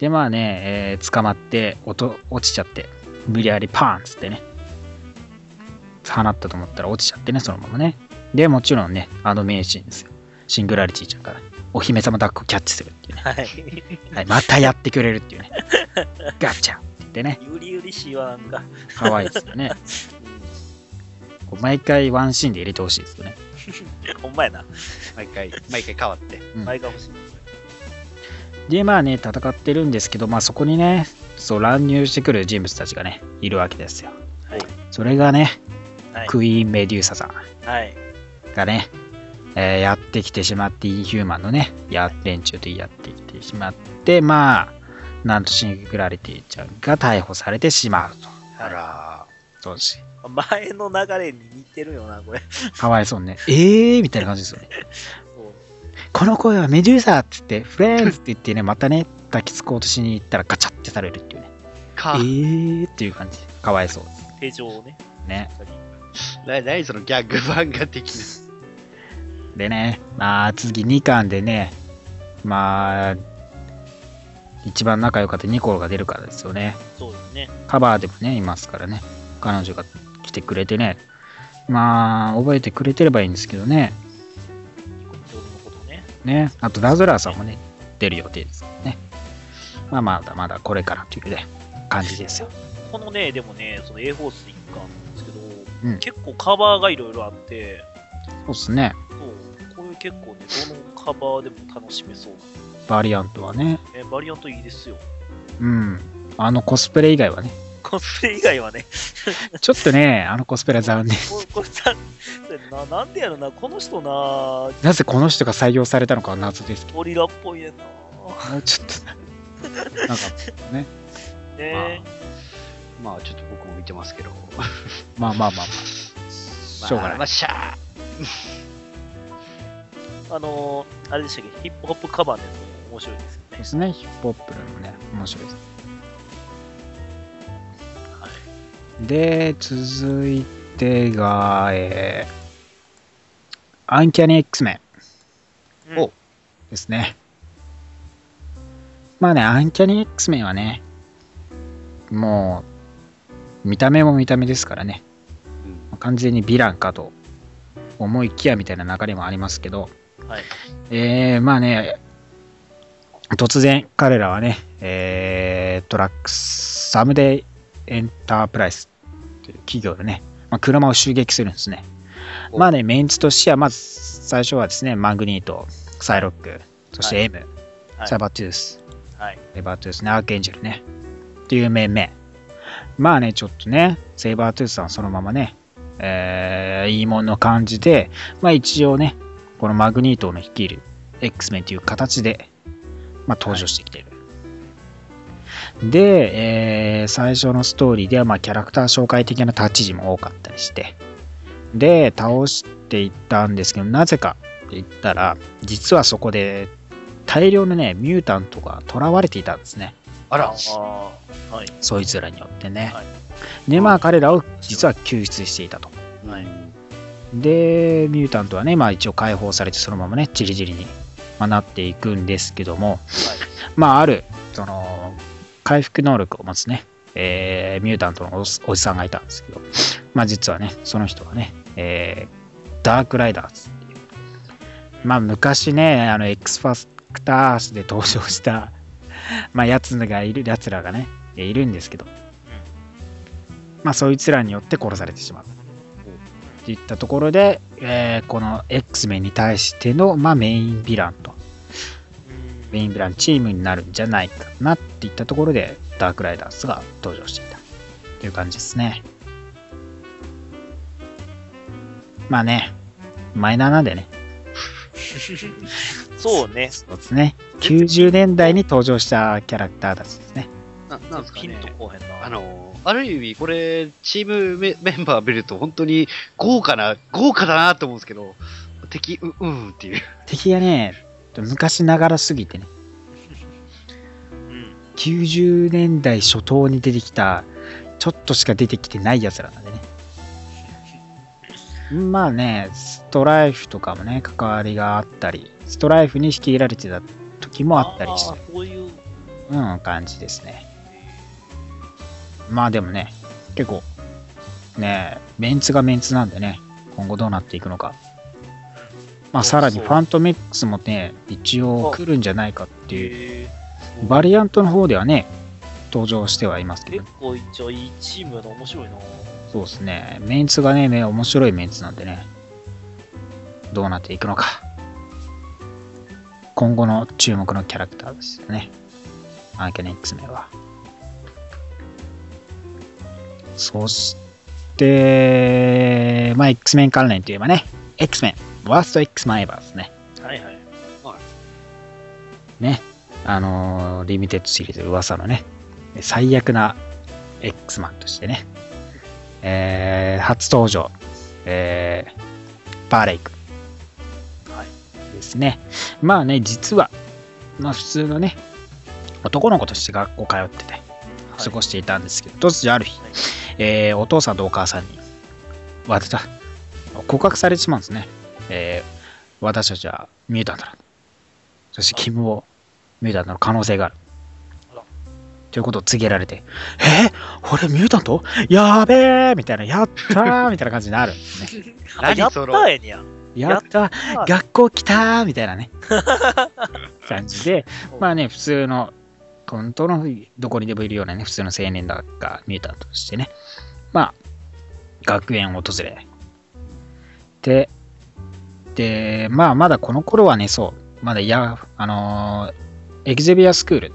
でまあね、えー捕まって落落ちちゃって無理やりパーンっつってね放ったと思ったら落ちちゃってねそのままねでもちろんねあの名シーンですよシングラリティちゃんからお姫様抱っこキャッチするっていうね はい。はい、またやってくれるっていう ね。ガチャって言ってね、ゆりゆりしいわ、なんか。 可愛いですよね。こう毎回ワンシーンで入れてほしいですよね。ほんまやな。毎回、毎回変わって。前が欲しい。で、まあね、戦ってるんですけど、まあそこにね、そう乱入してくる人物たちがね、いるわけですよ。はい。それがね、はい。クイーン・メデューサさんはい。がね、えーやってきてしまって、インヒューマンのね、や連中とやってきてしまって、まあ、なんとシングラリティちゃんが逮捕されてしまうと。あらそうし前の流れに似てるよな、これ。かわいそうにね。えーみたいな感じですよね。この声はメデューサーっつって、フレンズって言ってね、またね、抱きつこうとしに行ったらガチャってされるっていうね。えー、か、ーっていう感じ。かわいそうです手錠をね。ね。ライライズのギャグ漫画的な。でね、まあ次2巻でね、まあ、一番仲良かったニコロが出るからですよね。そうですね。カバーでもね、いますからね。彼女が来てくれてね。まあ、覚えてくれてればいいんですけどね。ニコちょうどのことをね。ね。あと、ラズラーさんもね、出る予定ですからね。まあ、まだまだこれからというね、感じですよ。このね、でもね、その A ホース一巻なんですけど、うん結構カバーがいろいろあって、そうっすね。そう、これ結構ね、どのカバーでも楽しめそうバリアントはね。な、ね。バリアントいいですよ。うん。あのコスプレ以外はね。コスプレ以外はね、 ちょっとね、あのコスプレは残念。ここれさ、ななんでやろな、この人な、なぜこの人が採用されたのかは謎ですけゴリラっぽいねんな。ど、もうちょっと。なんかね。ねまあ、ちょっと僕も見てますけど。まあまあまあままあ。あしょうがない。まあ、シャーあのー、あれでしたっけ、ヒップホップカバーのやつも面白いですよでね。すね。ヒップホップもね、面白いです。はいで、続いてが、えー、アンキャニ X メン。うんおですね。まあね、アンキャニ X メンはね、もう、見た目も見た目ですからね、完全にヴィランかと思いきやみたいな流れもありますけど、はいえー、まあね、突然彼らはね、えー、トラックスサムデイエンタープライスという企業でね、まあ、車を襲撃するんですね。おまあね、メンツとしては、まず最初はですね、マングニート、サイロック、そしては M、はいサイバートゥース、はい。セイバートゥースね、アークエンジェルね。っていう面々。まあね、ちょっとね、セイバートゥースさんはそのままね、えー、いいもんの感じで、まあ一応ね、このマグニートの率いる X メンという形で、まあ登場してきてるで、えー最初のストーリーでは、まあ、キャラクター紹介的な立ち位置も多かったりして、で、倒していったんですけど、なぜかって言ったら、実はそこで大量のね、ミュータントが囚われていたんですね。あらあ、ーはい。そいつらによってね。はいで、まあ、彼らを実は救出していたと。はい。で、ミュータントはね、まあ一応解放されて、そのままね、チリチリに、まあなっていくんですけども、まあある、その、回復能力を持つね、えーミュータントのおじおじさんがいたんですけど、まあ実はね、その人はね、えーダークライダーズっていう、まあ昔ね、あの、X ファクタースで登場した、まあやつがいる、やつらがね、いるんですけど、まあそいつらによって殺されてしまう。っていったところで、えーこの X メンに対しての、まあ、メインヴィランとメインヴィランチームになるんじゃないかなっていったところでダークライダースが登場していたという感じですねまあねマイナーなんでねそうね。そうですね90年代に登場したキャラクターたちですねななんですかピンねと。こうへんな。あの、ある意味、これ、チームメメンバー見ると、本当に豪華な、豪華だなと思うんですけど、敵、う、うんっていう。敵がね昔ながらすぎてねうん。 90年代初頭に出てきたちょっとしか出てきてないやつらなんで ねまあねストライフとかもね関わりがあったりストライフに仕切られてた時もあったりしあてーそういう、うん感じですねまあでもね結構ねメンツがメンツなんでね今後どうなっていくのかまあそさうそらうにファントメックスもね一応来るんじゃないかっていうへーバリアントの方ではね、登場してはいますけど結、構一応いいチームやな、面白いな。そうですね、メンツがね、ね面白いメンツなんでね、どうなっていくのか。今後の注目のキャラクターですよね。アーケネックス名は。そして、まあ、X メン関連といえばね、X メン、ワースト X マンエヴァーですね。はいはい。ね、あのーリミテッドシリーズ噂のね、最悪な X マンとしてね、えー初登場、えーバーレイクはいですね。まあね、実は、まあ普通のね、男の子として学校通ってて、はい過ごしていたんですけど、突如ある日、はいえーお父さんとお母さんに、わたた、告白されてしまうんですね。えー私たちはミュータントだ。そして君もミュータントの可能性があるあら。ということを告げられて、え俺ミュータントやべえみたいな、やったーみたいな感じになるんですね。あや何っそたの、やにゃ。やったやったー学校来たーみたいな ね。感じで、まあね、普通の、本当のどこにでもいるようなね、普通の青年だがミュータントとしてね、まあ、学園を訪れ、で、で、まあ、まだこの頃はね、そう、まだ、いや、あのーエキゼビアスクール、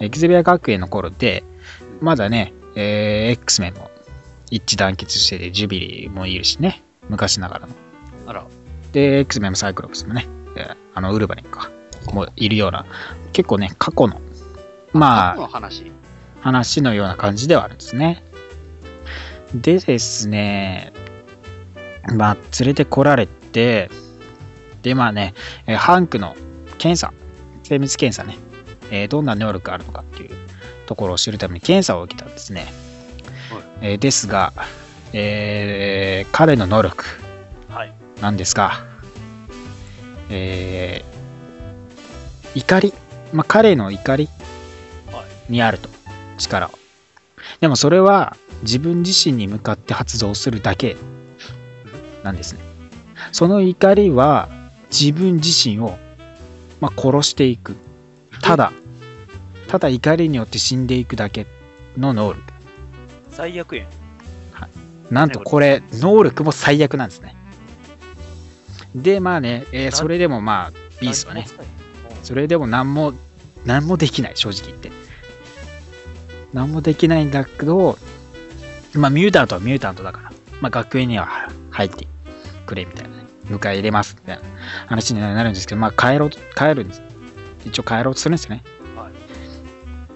エキゼビア学園の頃で、まだね、えー X メンも一致団結してて、ジュビリーもいるしね、昔ながらの。あら、で、X メンもサイクロプスもね、えーあの、ウルバリンか、もういるような、結構ね、過去の、ま過去あ、の話。話のような感じではあるんですね。でですね、まあ、連れてこられて、で、まあね、えーハンクの検査、精密検査ね、えーどんな能力があるのかっていうところを知るために検査を受けたんですね。えーですが、えー彼の能力、はい。なんですが、えー怒り、まあ、彼の怒りはいにあると、力を。でもそれは自分自身に向かって発動するだけなんですね。その怒りは自分自身を、まあ、殺していく。ただ、ただ怒りによって死んでいくだけの能力。最悪やん。なんとこれ、能力も最悪なんですね。で、まあね、えーそれでもまあ、ビースはね、何も使えへん。うんそれでも何も、何もできない、正直言って。何もできないんだけど、まあ、ミュータントはミュータントだから、まあ、学園には入ってくれ、みたいなね。迎え入れます、みたいな話になるんですけど、まあ、帰ろう、帰るんです。一応帰ろうとするんですよね。は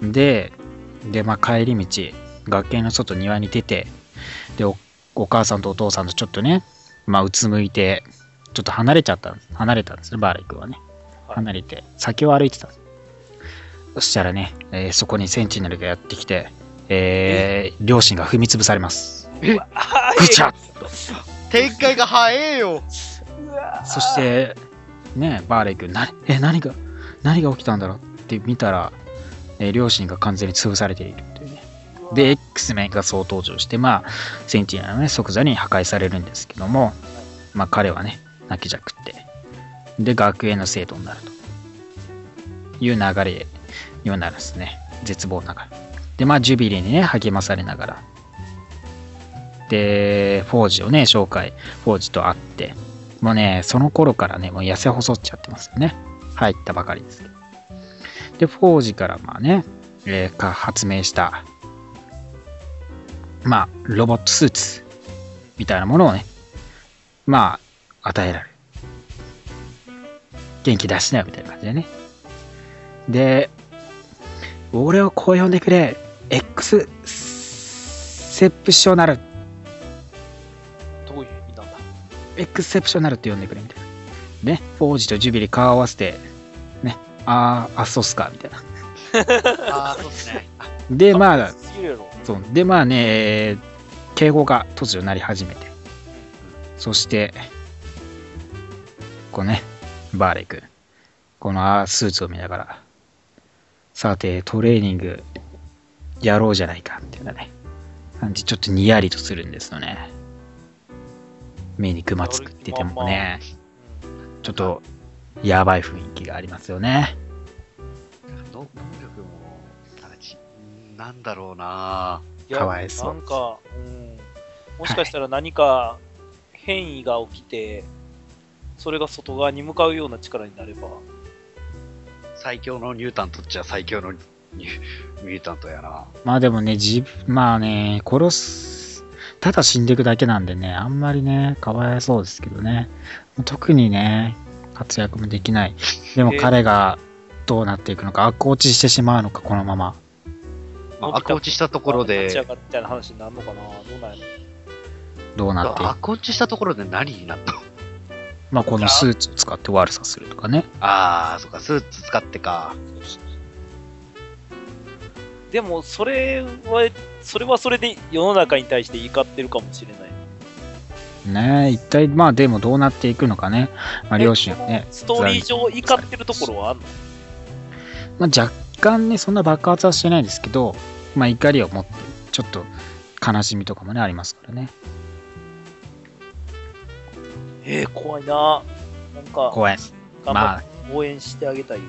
いで、で、まあ、帰り道、学園の外庭に出て、でお、お母さんとお父さんとちょっとね、まあ、うつむいて、ちょっと離れちゃった、離れたんですね、バーレイ君はね。はい離れて、先を歩いてたんです。そしたらね、えーそこにセンチネルがやってきて、えー両親が踏み潰されます。えうわあーぐちゃ展開が早えよ。うわーそして、ね、バーレイ君、な え、何が、何が起きたんだろうって見たら、えー両親が完全に潰されているっていうね。で、X メンが総登場して、まあ、センチネルのね、即座に破壊されるんですけども、まあ、彼はね、泣きじゃくって、で、学園の生徒になるという流れにはなるんですね。絶望ながら。で、まあ、ジュビリーにね、励まされながら。で、フォージをね、紹介、フォージと会って、もうね、その頃からね、もう痩せ細っちゃってますよね。入ったばかりですけど。で、フォージからまあね、えーか発明した、まあ、ロボットスーツみたいなものをね、まあ、与えられる。元気出しなよみたいな感じでね。で、俺をこう呼んでくれ !X セプショナルどういう意味なんだエクセプショナルって呼んでくれみたいな。ね、フォージとジュビリ顔合わせて、ね、あー、あ、そうっすか、みたいな。ああ、そうですね。で、まあ、すぎるやろそう、で、まあね、えー敬語が突如なり始めて、そして、こうね、バーレイ君、このあースーツを見ながら、さて、トレーニングやろうじゃないか、みたいなね、感じ、ちょっとにやりとするんですよね。目にクマつくっててもね。ちょっと、やばい雰囲気がありますよね。能力も、なんかちなんだろうな。いやかわいそうなんか、うん、もしかしたら何か変異が起きて、それが外側に向かうような力になれば、最強のニュータントっちゃ最強のニュミュータントやな。まあでもね、自分、まあね、殺す、ただ死んでいくだけなんでね、あんまりね、かわいそうですけどね。特にね、活躍もできない。でもえー彼がどうなっていくのか、悪行落ちしてしまうのか、このまま。まあ、アコ落ちしたところ立ち上で、がるみたいな話になるのかな、どうなんやろどうなっていくアコ落ちしたところで何になったの まあこのスーツを使って悪さするとかね。ああ、そっか、スーツ使ってか。でも、それは、それはそれで世の中に対して怒ってるかもしれない。ねえ一体、まあでもどうなっていくのかね。まあ両親はねえこの、ストーリー上怒ってるところはあんのまあ、若干ねそんな爆発はしてないですけど、まあ、怒りを持ってちょっと悲しみとかもねありますからねえー、怖いな。なんか、怖い頑ま張っあて応援してあげたい。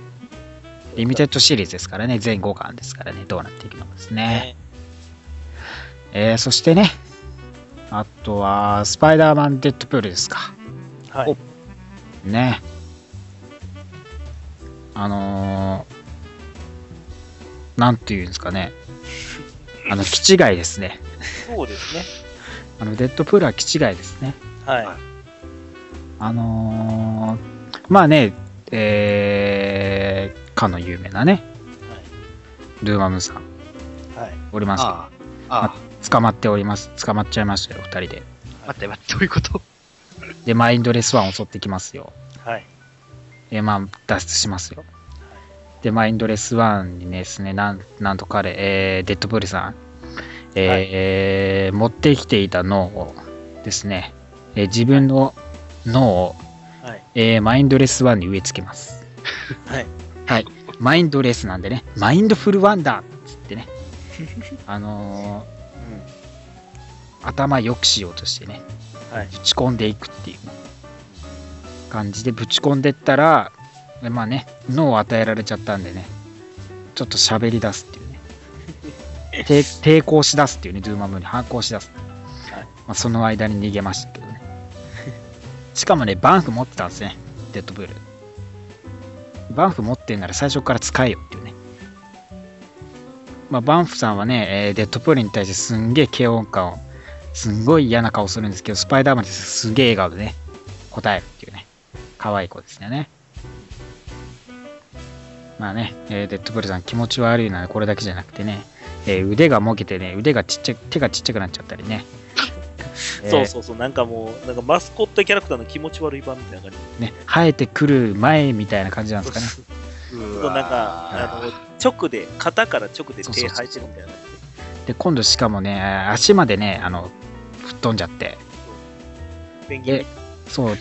リミテッドシリーズですからね全5巻ですからねどうなっていくのかですね、ねえーそしてねあとはスパイダーマンデッドプールですかはい。ねあのー、なんていうんですかねあの気違いですねそうですね。あのデッドプールは気違いですねはい。あのーまあね、えー、かの有名なね、ルーマムさん、はい。おりますけどああ、ああ、捕まっております。捕まっちゃいましたよ、二人で。待って待って、どういうことで、マインドレスワンを襲ってきますよ。はい。で、まあ、脱出しますよ。で、マインドレスワンにですね、なんなんと彼、えー、デッドプールさん、えーはいえー持ってきていた脳をですね、えー自分の脳を、はい。えーマインドレスワンに植え付けます。はい。はい。マインドレスなんでね、マインドフルワンダーっつって ね、あのー頭良くしようとしてね、はい。ぶち込んでいくっていう感じでぶち込んでったら、でまあね、脳を与えられちゃったんでね、ちょっと喋り出すっていう ね、抵抵抗しだすっていうね、ドゥーマムーンに反抗しだす。はいまあ、その間に逃げましたけどね。しかもね、バンフ持ってたんですね、デッドブール。バンフ持ってんなら最初から使えよっていうね。まあ、バンフさんはね、えーデッドプールに対してすんげえ嫌悪感を、すんごい嫌な顔するんですけど、スパイダーマンですすげえ笑顔でね、答えるっていうね、可愛い子ですよね。まあね、えーデッドプールさん気持ち悪いのはこれだけじゃなくてね、えー腕がもげてね、腕がちっちゃく、手がちっちゃくなっちゃったり ね。そうう。そうそう、なんかもう、なんかマスコットキャラクターの気持ち悪い版みたいな感じ。ね、生えてくる前みたいな感じなんですかね。うそうなんか、あの直で、肩から直で手生えてるみたいな。で、今度しかもね、足までね、あの、吹っ飛んじゃって、ペンギンみたいそう、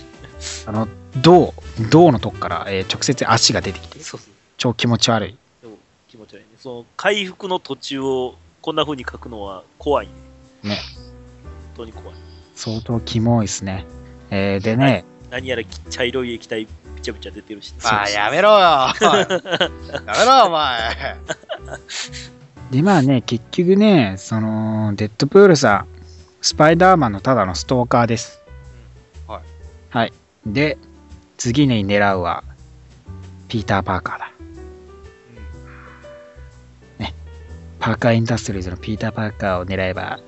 あの、銅、銅のとこから、えー直接足が出てきてな。、そうそう超気持ち悪い。でも気持ち悪いね。その回復の途中をこんな風に書くのは怖いね。ね。本当に怖い。相当キモいですね。えーでね、何やら茶色い液体びちゃびちゃ出てるし。まあ、やめろよ。 やめろ、お前。でまあね結局ねそのデッドプールさんスパイダーマンのただのストーカーですはい、はい、で次に狙うはピーター・パーカーだパーカーインダストリーズのピーター・パーカーを狙えば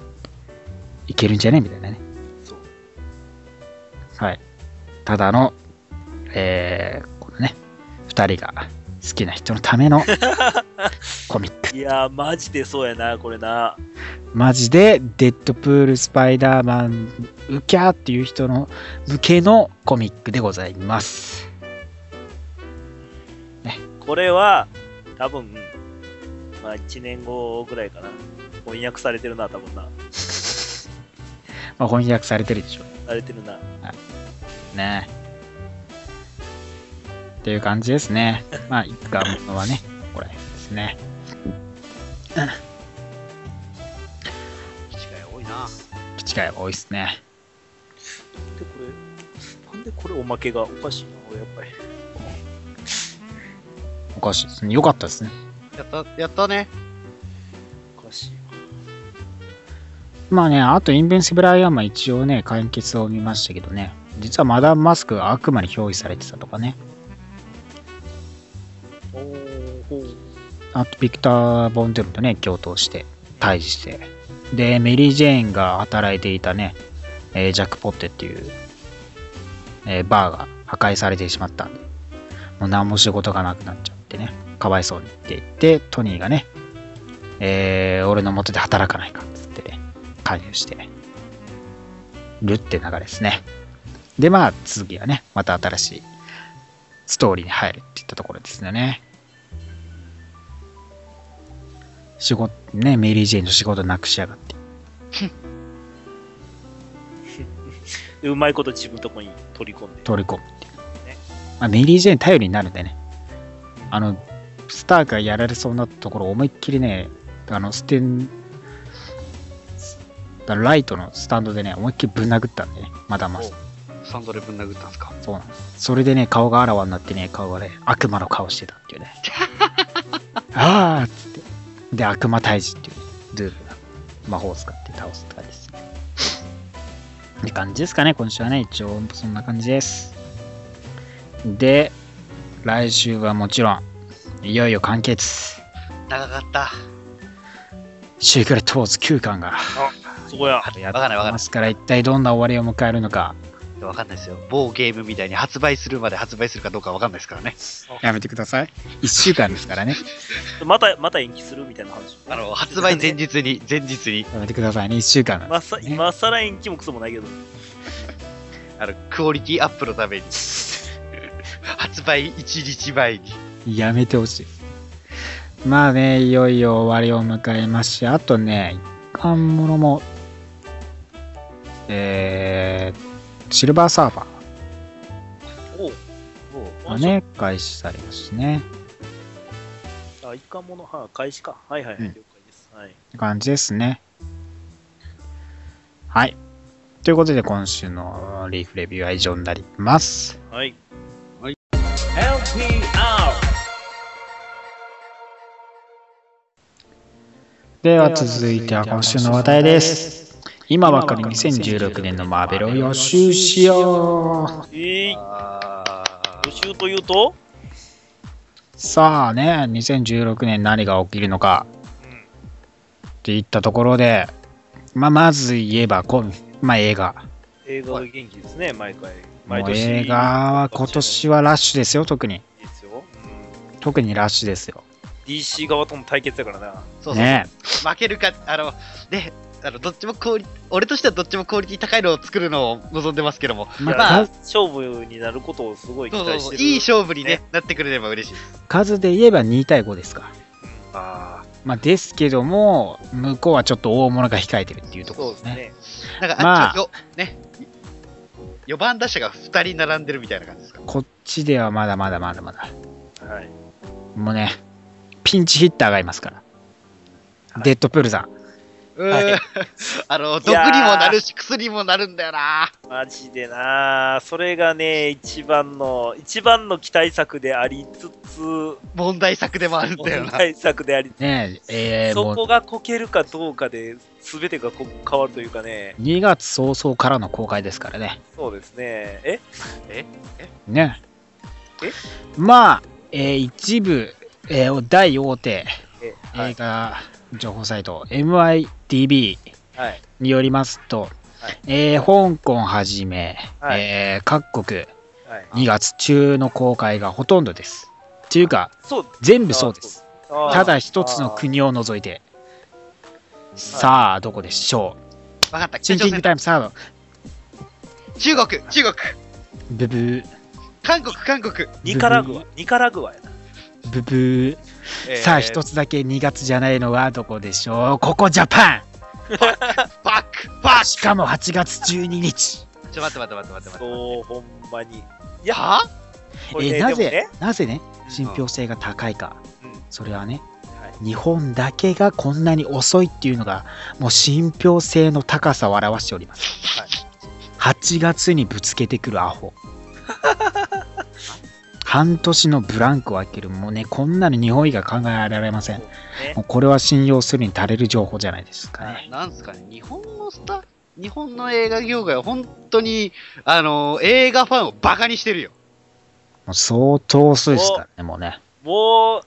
いけるんじゃねみたいなねそうはいただのえー、このね2人が好きな人のためのコミックいやー、マジでそうやな、これな。マジでデッドプールスパイダーマンウキャーっていう人の向けのコミックでございます。これは、多分、まあ、1年後ぐらいかな。翻訳されてるな、多分な。まあ、翻訳されてるでしょされてるな。うね。っていう感じですね。まあ一巻はね、これですね。機会多いな。口が多いですね。で、これ、なんでこれおまけがおかしいな、俺やっぱり。おかしいですね。よかったですね。やった、やったね。おかしい。まあね、あとインベンシブルアイアンマン一応ね、完結を見ましたけどね。実はマダムマスクが悪魔に憑依されてたとかね。おーほうあと、ビクター・ボンドゥルとね、共闘して、対峙して。で、メリー・ジェーンが働いていたね、えージャック・ポッテっていう、えーバーが破壊されてしまったんで、もう何も仕事がなくなっちゃってね、かわいそうにって言って、トニーがね、えー俺の元で働かないかっつってね、勧誘してるって流れですね。で、まあ、次はね、また新しいストーリーに入るっていったところですよね。仕事ねメリー・ジェーンの仕事なくしやがってでうまいこと自分のとこに取り込んで。取り込むっていうね、まあ、メリー・ジェーン頼りになるんでねあのスターがやられそうになったところ思いっきりねあのステンあのライトのスタンドでね思いっきりぶん殴ったんでねまだまだスタンドでぶん殴ったんすか。そうなんですそれでね顔があらわになってね顔がね悪魔の顔してたっていうねああっつってで悪魔退治っていうねドゥールが魔法を使って倒すって感じですねって感じですかね今週はね一応そんな感じですで来週はもちろんいよいよ完結長かった。シークレットウォーズ9巻がそこや。やっわかんてないわかんないますから一体どんな終わりを迎えるのかわかんないですよ。某ゲームみたいに発売するまで発売するかどうかわかんないですからね。やめてください1週間ですからねまた、また延期するみたいな話。あの、発売前日に、前日に、やめてくださいね1週間なんでまさ、今更延期もクソもないけど。あの、クオリティアップのために。発売1日前に。やめてほしいです。まあね、いよいよ終わりを迎えますし、あとね、一貫ものも、えー、シルバーサーファおうーがね、開始されますね。あ、一貫もの、はあ、開始か。はいはい、はういん了解です。はい。って感じですね。はい。ということで、今週のリーフレビューは以上になります。はい。 LPR では続いては今週の話題です。今ばかり2016年のマーベルを予習しよう。えー、あ予習というと、さあね、2016年何が起きるのかうん、っていったところで、まあ、まず言えば、こんまあ、映画。映画が元気ですね、毎回。も毎う年。映画は今年はラッシュですよ、特に。いいですよ。特にラッシュですよ。 DC 側との対決だからな。そうそうね負けるか、あの、ね、あのどっちもクオリ俺としてはどっちもクオリティ高いのを作るのを望んでますけども、まあいやか勝負になることをすごい期そう待そうそしてうる。いい勝負に、ねねなってくれれば嬉しいです。数で言えば2対5ですか。あまあ、ですけども、向こうはちょっと大物が控えてるっていうあ、ところそうでですね。すね。なんか、まああっちはよ、ね、4番打者が2人並んでるみたいな感じですか。こっちではまだまだまだまだ。はい。もうね、ピンチヒッターがいますから。はいデッドプールさん。うーんあの、毒にもなるし、薬にもなるんだよな。マジでなそれがね、一番の、一番の期待策でありつつ、問題作でもあるんだよな。対策でありつつ、ねえ、えーそもこうがこけるかどうかで、全てがこ変わるというかね、 2月早々からの公開ですからね。そうですね。えね。えまあ、えー一部、えー大大手えは映い。画情報サイト、MITB はい。によりますと、はいえー香港はじめ、はいえー各国はい、 2月中の公開がほとんどです。っていうか、そう全部そうです。あーただ一つの国を除いて。さあ、どこでしょわかった、うシ北ンキング朝鮮タイムサード。中国、中国、ブブー、韓国、韓国。ニカラグア、ニカラグアやな。ブブー。さあ、一つ。つだけ2月じゃないのはどこでしょうここジャパバック、バッンしかも8月12日ク。ちょ、待って待って待って待って待って。そう、ほんまに。いいや、や、はこれえねーなぜ、でもねなぜね、信憑性が高いか。うんうんそれはね、はい日本だけがこんなに遅いっていうのが、もう信憑性の高さを表しております。はい8月にぶつけてくるア ホ。半年のブランクを空ける、もうね、こんなの日本以外考えられません。ねもうこれは信用するに足れる情報じゃないですかね。なんすかね、日本のスタ日本の映画業界は本当に、あの、映画ファンをバカにしてるよ。もう相当遅いですからね、もうね。もう、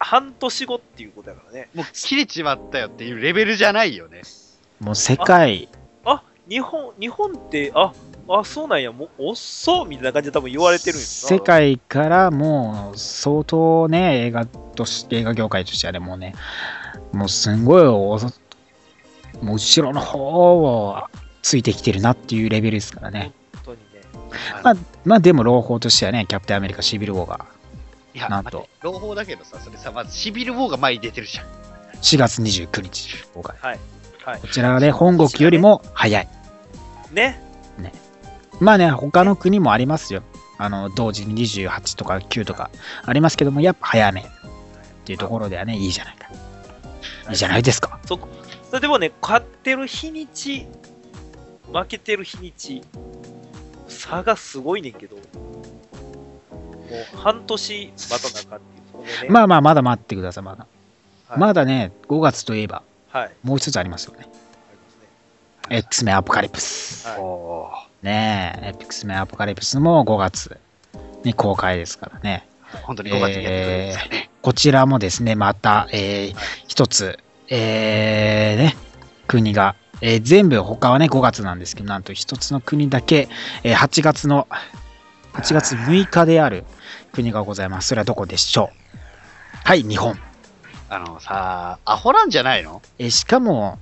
半年後っていうことだからね。もう切れちまったよっていうレベルじゃないよね。もう世界、あ、日本、日本って、あ、あ、そうなんや、もう、遅っみたいな感じで多分言われてるんやな世界からもう相当ね、映画とし映画業界としてはね、もうね、もうすんごいおそ、もう後ろの方をついてきてるなっていうレベルですからね。本当にね。まあ、まあでも朗報としてはね、キャプテンアメリカシビル号がいや、なん待っとて、朗報だけどさ、それさ、まずシビル・ウォーが前に出てるじゃん。 4月29日公開。はい。はいこ。ちらがね、本国よりも早い。ね。まあね、他の国もありますよ。あの、同時に28とか9とかありますけども、やっぱ早めっていうところではね、いいじゃないか。いいじゃないですか。それでもね、勝ってる日にち、負けてる日にち、差がすごいねんけど、もう半年待たなあかんっていうそこでね。まあまあ、まだ待ってください、まだ。はいまだね、5月といえば、はい。ありもう一つありますよね。ますね X メンアポカリプス。はいおねえ、X メンアポカリプスも5月に公開ですからね。ー本当に5月にやってくれるんですよね。こちらもですね、また、えー一つ、えーね、国が、えー全部、他はね、5月なんですけど、なんと一つの国だけ、えー8月の、8月6日である国がございます。それはどこでしょうはい、日本。あのさ、アホなんじゃないのえーしかも、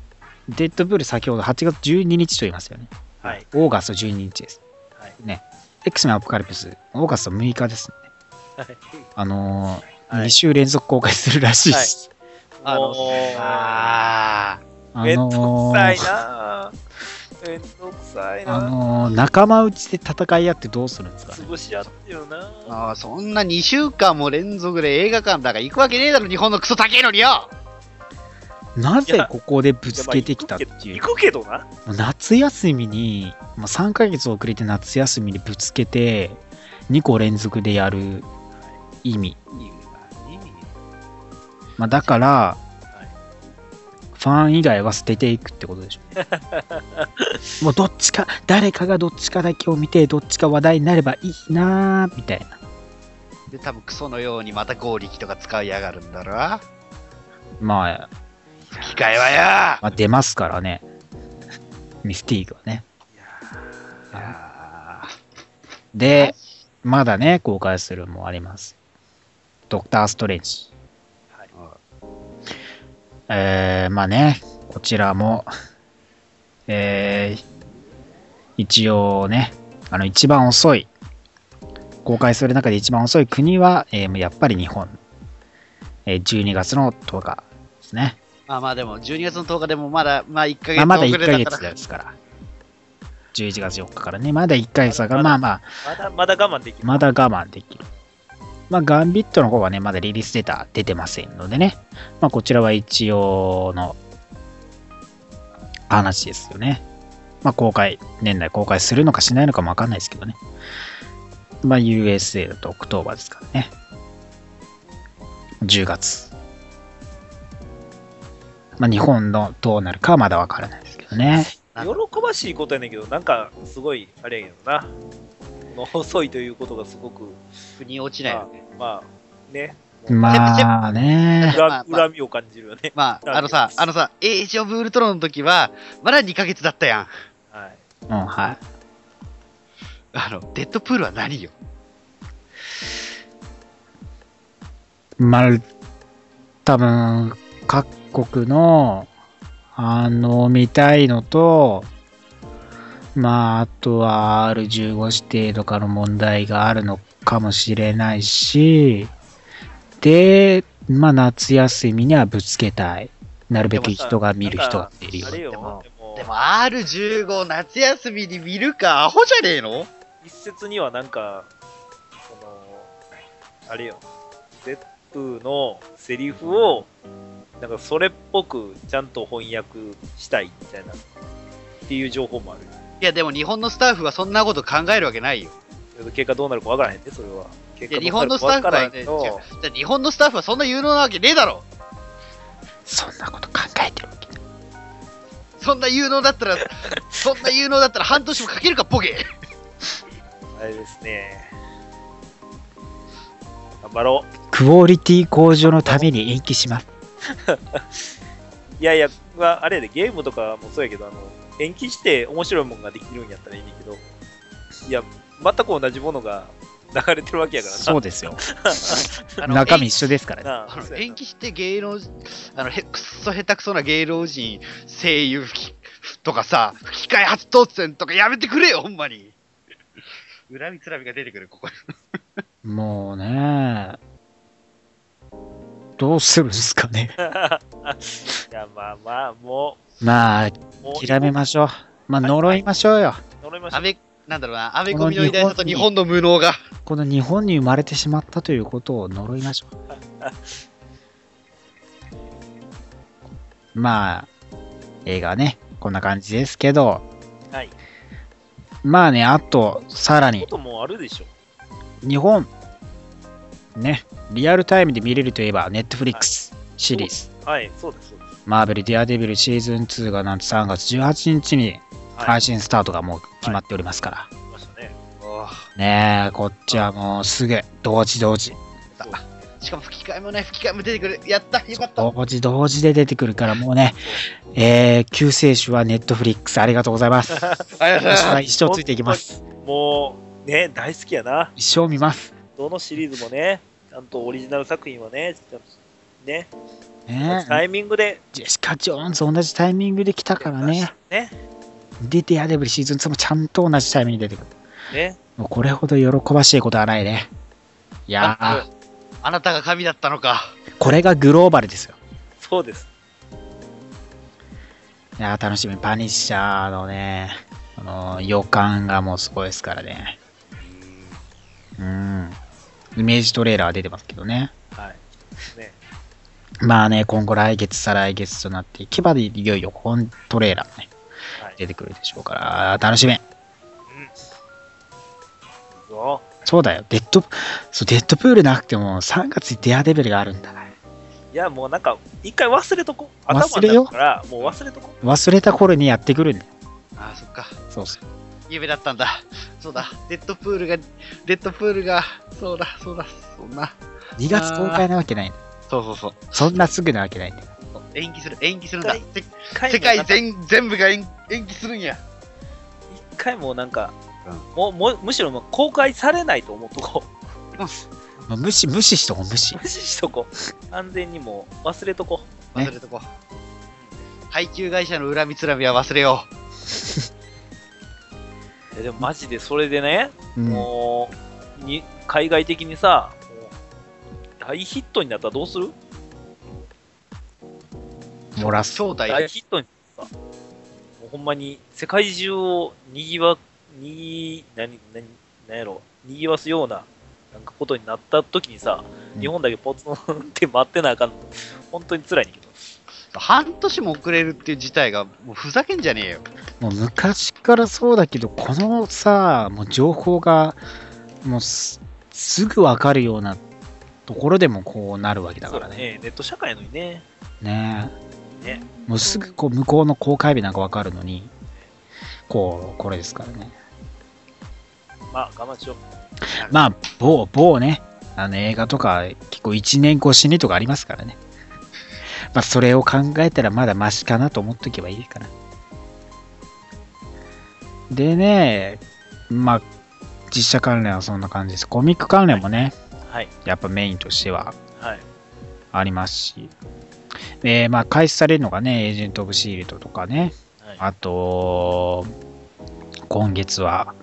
デッドブール先ほど8月12日と言いましたよね。はい。オーガスト12日です。はいね。X メンアポカリプス、オーガスト6日ですね。あのー、は2い週連続公開するらしいです。あのもうあめんあのどーくさいなぁ。めんどくさいあなぁ。のー仲間内で戦い合ってどうするんですかね潰し合ってよなーぁ。あーそんな2週間も連続で映画館だから行くわけねえだろ、日本のクソ高えのによなぜここでぶつけてきたっていう行くけどな。もう夏休みにもう3ヶ月遅れて夏休みにぶつけて2個連続でやる意味、まあ、だからファン以外は捨てていくってことでしょ うもうどっちか誰かがどっちかだけを見てどっちか話題になればいいなーみたいなで、多分クソのようにまた合力とか使いやがるんだろまあ、吹き替えはよまあ出ますからねミスティークはねいやいやで、まだね、公開するもあります。ドクター・ストレンジ。はいえー、まあね、こちらも、えー、一応ね、あの、一番遅い、公開する中で一番遅い国は、えーやっぱり日本。えー12月の10日ですね。まあまあでも、12月の10日でもまだ、まあ1ヶまあ、ま月だ遅1れヶだか月ら、ですから。11月4日からね、まだ1ヶ月だから、まあまあ、まだまだ我慢できる。まだ我慢できる。まあ、ガンビットの方はね、まだリリースデータ出てませんのでね、まあ、こちらは一応の話ですよね。まあ、公開、年内公開するのかしないのかもわかんないですけどね。まあ、USA だとオクトーバーですからね。10月。まあ、日本のどうなるかはまだわからないですけどね。喜ばしいことやねんけど、なんかすごい、あれやけどな。この遅いということがすごく、腑に落ちないよね。まあ、ね。 まあね。恨まあまあ恨みを感じるよね。まあ、あのさ、あのさ、エイジ・オブ・ウルトロンの時は、まだ2ヶ月だったやん。はい。うん、はい。あの、デッドプールは何よ。まあ、多分、各国の、あの、見たいのと、まあ、あとは R15 指定とかの問題があるのかもしれないし、で、まあ、夏休みにはぶつけたい。なるべく人が見る人がいるよあ。れよ、ででもも、でも R15 夏休みに見るか、アホじゃねえの一説にはなんか、その、あれよ、デップのセリフを、なんかそれっぽくちゃんと翻訳したいみたいな、っていう情報もある。いや、でも日本のスタッフはそんなこと考えるわけないよ。けど結果どうなるかわからへんね、それは。い結や、果日本のスタッフは、ね、違どうなるかわからんけどう日本のスタッフはそんな有能なわけねえだろそんなこと考えてるわけないそんな有能だったら、そんな有能だったら半年もかけるか、ボケあれですね。頑張ろう。クオリティ向上のために延期します。いやいや、まあ、あれやで、ゲームとかもそうやけど、あの、延期して面白いもんができるんやったらいいねんけど、いや、全く同じものが流れてるわけやからな。そうですよ。あの 中身一緒ですからね。なあそのうやな延期して芸能人、あのへくっそ下手くそな芸能人、声優吹きとかさ、吹き替え初当選とかやめてくれよ、ほんまに。恨みつらみが出てくる、ここに。もうね、どうするんですか ね。いや、まあまあ、もまあ、う、もう、諦めましょう。まあ、呪いましょうよ。呪いましょ安う。倍、なんだろうな、安倍込みの偉大さと日本の無能が。この日本に生まれてしまったということを呪いまし ょう。まあ、映画はね、こんな感じですけど、はい。まあね、あと、さらこに、ともあるでしょ。日本、ね、リアルタイムで見れるといえば、ネットフリックスシリーズ。はい、そうです、そうです。マーベル・ディアデビルシーズン2がなんと3月18日にはい、配信スタートがもう決まっておりますから。来ましたね。ねえ、こっちはもうすぐ、同時同時。そうしかも吹き替えもない、吹き替えも出てくる。やった、よかった。同時同時で出てくるからもうね、えー、救世主はネットフリックスありがとうございます。ありがとうござい私はます。一生ついていきます。もう、ね、大好きやな。一生見ます。どのシリーズもね、ちゃんとオリジナル作品はね、ちゃんとね、ねえタイミングで、ジェシカ・ジョーンズ同じタイミングで来たからね。。ね、出てやデブリシーズン2もちゃんと同じタイミングで出てくる。ね。もうこれほど喜ばしいことはないね。いやー、あなたが神だったのか。これがグローバルですよ。そうです。いやー楽しみ。パニッシャーのね、あのー予感がもうすごいですからね。うん。イメージトレーラーは出てますけどね。はい。ね。まあね、今後来月、再来月となっていけば、いよいよ本トレーラーもね、はい。出てくるでしょうから、楽しみ。いくぞそうだよ、デッド、そう、デッドプールなくても3月にデアデベルがあるんだ。いや、もうなんか、一回忘れとこう。忘れよ頭だから、もう忘れとこ忘れた頃にやってくるんだよ。ああ、そっか。そうそう。夢だったんだ。そうだ。デッドプールが、デッドプールが、そうだ、そうだ、そんな。 2月公開なわけないんだよ。そうそうそう。そんなすぐなわけないんだよ。延期する、延期するんだ。一せう。一回世界全全部が延延期するんや。一回もうなんか、うんもうもうむしろもう公開されないと思うとこう。まあ無視、無視しとこう、無 視。無視しとこう。安全にもう忘れとこ忘れとこう。配給会社の恨みつらみは忘れよう。えでもマジでそれでね、うん、もうに、海外的にさ、もう大ヒットになったらどうする漏らう。す。正大体、ヒットになったらさ、もうほんまに世界中をにぎわ、にぎ、なに、なに、なんやろ、にぎわすような、なんかことになった時にさ、うん日本だけポツンって待ってなあかんの、本当に辛いねんけど。半年も遅れるっていう事態が、もうふざけんじゃねえよ。もう昔からそうだけど、このさ、もう情報が、もうすすぐわかるようなところでもこうなるわけだからそうね。ネット社会やのにね。ねえねもうすぐこう向こうの公開日なんかわかるのに、こう、これですからね。まあ、我慢しよう。まあ、某、某ね、あの映画とか、結構1年越しにとかありますからね。まあ、それを考えたらまだマシかなと思っとけばいいかな。でね、まあ、実写関連はそんな感じです。コミック関連もね、はい。やっぱメインとしてははい。ありますし、えーまあ、開始されるのがね、エージェント・オブ・シールドとかね、はい、あと、今月は、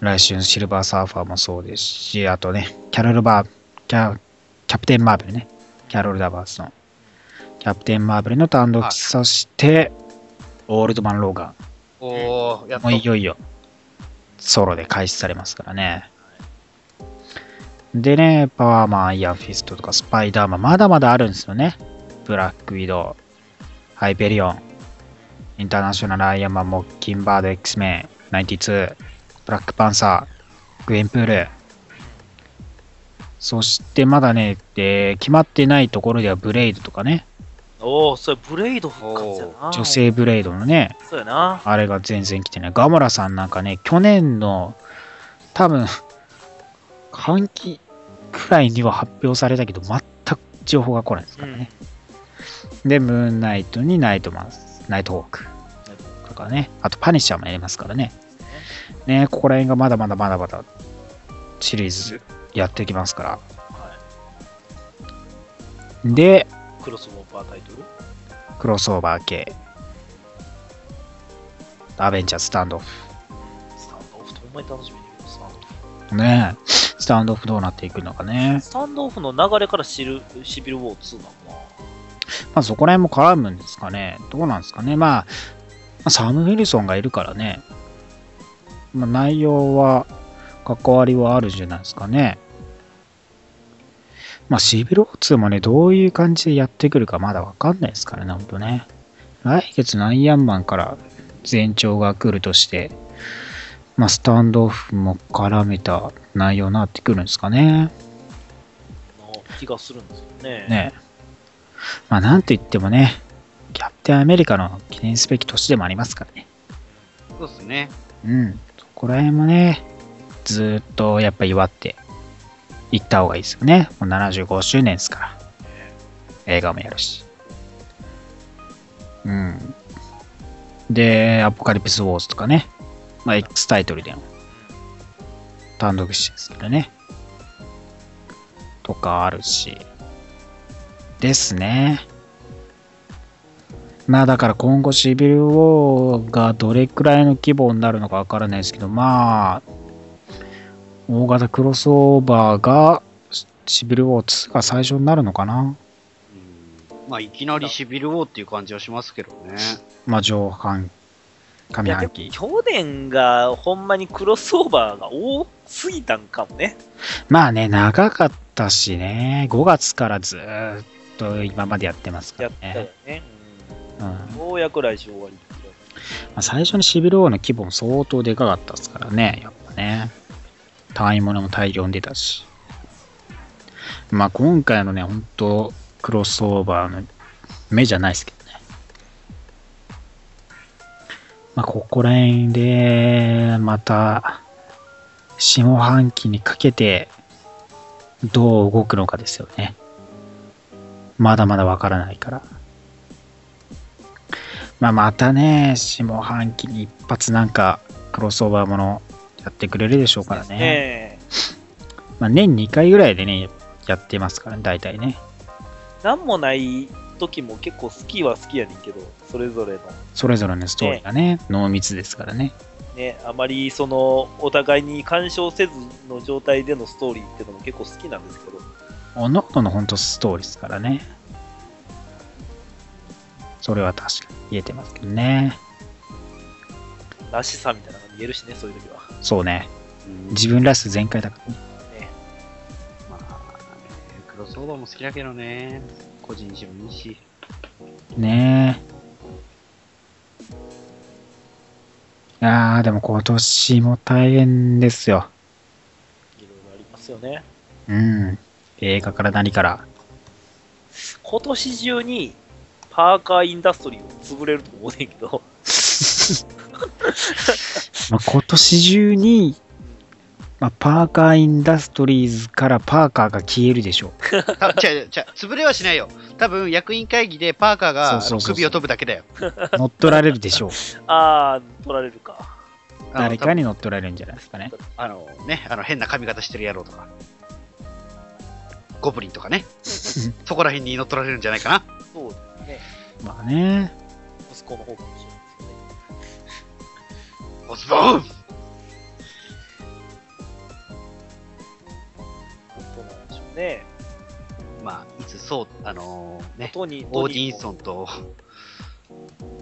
来週のシルバーサーファーもそうですし、あとね、キャロルバー、キャキャプテン・マーベルね、キャロル・ダバースの、キャプテン・マーベルの単独、はいそして、オールドマン・ローガおー、やン、っもとう。いよいよ、ソロで開始されますからね。でね、パワーマン、アイアンフィストとか、スパイダーマン、まだまだあるんですよね。ブラックウィドウ、ハイペリオン、インターナショナルアイアンマン、モッキンバード、X メン、92、ブラックパンサー、グエンプール。そしてまだね、えー決まってないところではブレイドとかね、おお、それブレイド復活やな。女。性ブレイドのね、そうやな。あれが全然来てない。ガモラさんなんかね、去年の多分、半期くらいには発表されたけど、全く情報が来ないですうからん。ね。で、ムーンナイトにナイトマンス、ナイトホークとかね。あと、パニッシャーもやりますからね。ね、ここら辺がまだまだまだまだシリーズやっていきますかはら。で、い。クロスオーバータイトル。クロスオーバー系。アベンジャーズスタンドオフ。スタンドオフ、ほんまに楽しみだけど、スタンドオフ。ね、スタンドオフどうなっていくのかね。スタンドオフの流れから知るシビルウォー2なのかまあそこら辺も絡むんですかね。どうなんですかね。まあ、まあサム・ウィルソンがいるからね。まあ内容は、関わりはあるんじゃないですかね。まあシビロー2もね、どういう感じでやってくるかまだわかんないですからね、ほんとね。来月のアイアンマンから前兆が来るとして、まあスタンドオフも絡めた内容になってくるんですかね。な。の気がするんですよね。ねまあなんといってもね、キャプテンアメリカの記念すべき年でもありますからね。そうっすね。うん。そこら辺もね、ずーっとやっぱ祝って行った方がいいですよね。もう75周年ですから。映画もやるし。うん。で、アポカリプスウォーズとかね。まあ X タイトルでの単独誌ですからね。とかあるし。ですね。まあだから今後シビルウォーがどれくらいの規模になるのかわからないですけど、まあ、大型クロスオーバーがシシビルウォー2が最初になるのかな。うんまあ、いきなりシビル王っていう感じはしますけどね。まあ上半、上いや半でも期。去年がほんまにクロスオーバーが多すぎたんかもね。まあね、長かったしね、5月からずーっと今までやってますかやらったよね。ね。うんうん、ようやく来週終わり。まあ、最初にシビル王の規模も相当でかかったですからね、やっぱね。単位ものも大量に出たし。まあ今回のね、本当クロスオーバーの目じゃないですけどね。まあここら辺で、また、下半期にかけて、どう動くのかですよね。まだまだわからないから。まあ、またね、下半期に一発なんか、クロスオーバーものやってくれるでしょうからね。ねえ。ままあ、年2回ぐらいでね、やってますからね、大体ね。なんもない時も結構好きは好きやねんけど、それぞれの。それぞれのストーリーがね、濃密ですからね。ね、あまりその、お互いに干渉せずの状態でのストーリーってのも結構好きなんですけど、おのおの本当ストーリーですからね。それは確かに言えてますけどね。らしさみたいなのが見えるしね、そういう時は。そうね。うん自分らしさ全開だからね。ね、まあ、クロスオーバーも好きだけどね。個人にもいいし。ねえ。いやー、でも今年も大変ですよ。いろいろありますよね。うん。映画から何から。今年中に、パーカーインダストリーを潰れると思うねんけど、 まあ、今年中に、まあ、パーカーインダストリーズからパーカーが消えるでしょう。た違う違う違う、潰れはしないよ。多分役員会議でパーカーがそうそうそうそう首を飛ぶだけだよ。乗っ取られるでしょう。あー、取られるか。あの誰かに乗っ取られるんじゃないですかね。あのね、あの変な髪型してる野郎とか、ゴブリンとか ね、そこら辺に乗っ取られるんじゃないかな。そうですね。まあね。息子の方かもしれないですよね。オスボーンどうなんでしょうね。まあ、いつそう、あのーね、トニー、オーディンソン。ンと、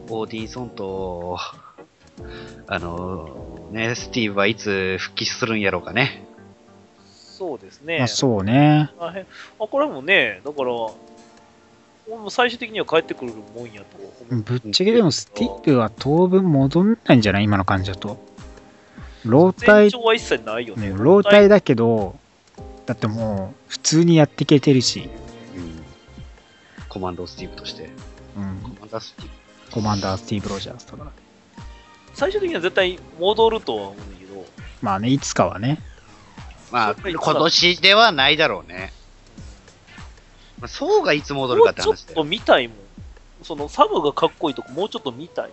オーディンソンと、あのーね、スティーブはいつ復帰するんやろうかね。そうですね。まあ、そうね。あへんあこれもね、だから、もう最終的には帰ってくるもんやと思う。ぶっちゃけでもスティップは当分戻んないんじゃない今の感じだと。老前体、兆は一切ないよね。ね老体だけど、だってもう普通にやっていけてるし、うんコマンドスティーブとして。うんコ、マンダースティーブ。コマンダースティーブ・ロジャースとか。最終的には絶対戻るとは思うんだけど、まあね、いつかはね。まやあ、っぱり今年ではないだろうね。まあ、そうがいつ戻るもかっうてちょっ話だよと。見たいもん。そのサブがかっこいいとこ、もうちょっと見たい。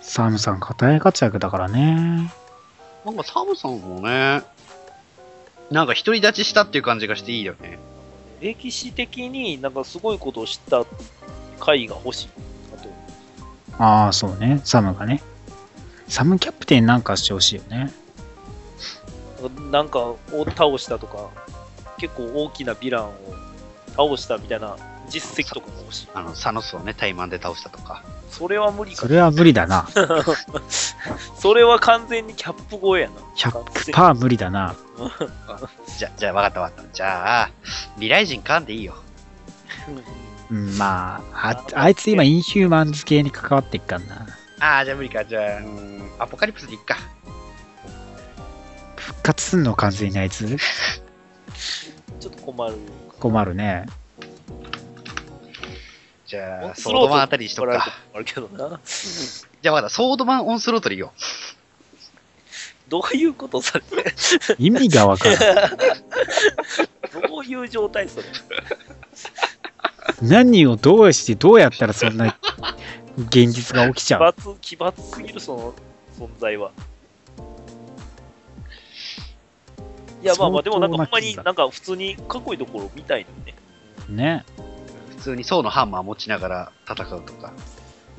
サムさん、片活躍だからね。なんかサムさんもね、なんか独り立ちしたっていう感じがしていいよね。歴史的になんかすごいことを知った回が欲しいなと思う。ああ、そうね。サムがね。サムキャプテンなんかしてほしいよね。なんかを倒したとか、結構大きなヴィランを倒したみたいな実績とかも欲しい。あの、サノスをね、怠慢で倒したとか。それは無理かそ。れは無理だな。それは完全にキャップ超えやな。 100%無理だな。じゃ、じゃあ、わかったわかった。じゃあ、未来人かんでいいよ。うん、まああ、あいつ今インヒューマンズ系に関わってっかんな。ああ、じゃあ無理か。じゃあ、うーん、アポカリプスでいっか。復活すんの完全にあいつちょっと困る。困るね。じゃあ、スソーロードトマンあたりにしとくられてか。もあるけどな。じゃあ、わかった。ソードマンオンスロートでいいよ。どういうことそれ。意味がわからん。どういう状態それ。何をどうしてどうやったらそんな現実が起きち奇ゃう抜、奇抜すぎるその存在は。いやまあまあでもなんかほんま相当なに傷だなんか普通にかっこいいところみたいだね。ね。普通に層のハンマー持ちながら戦うとか。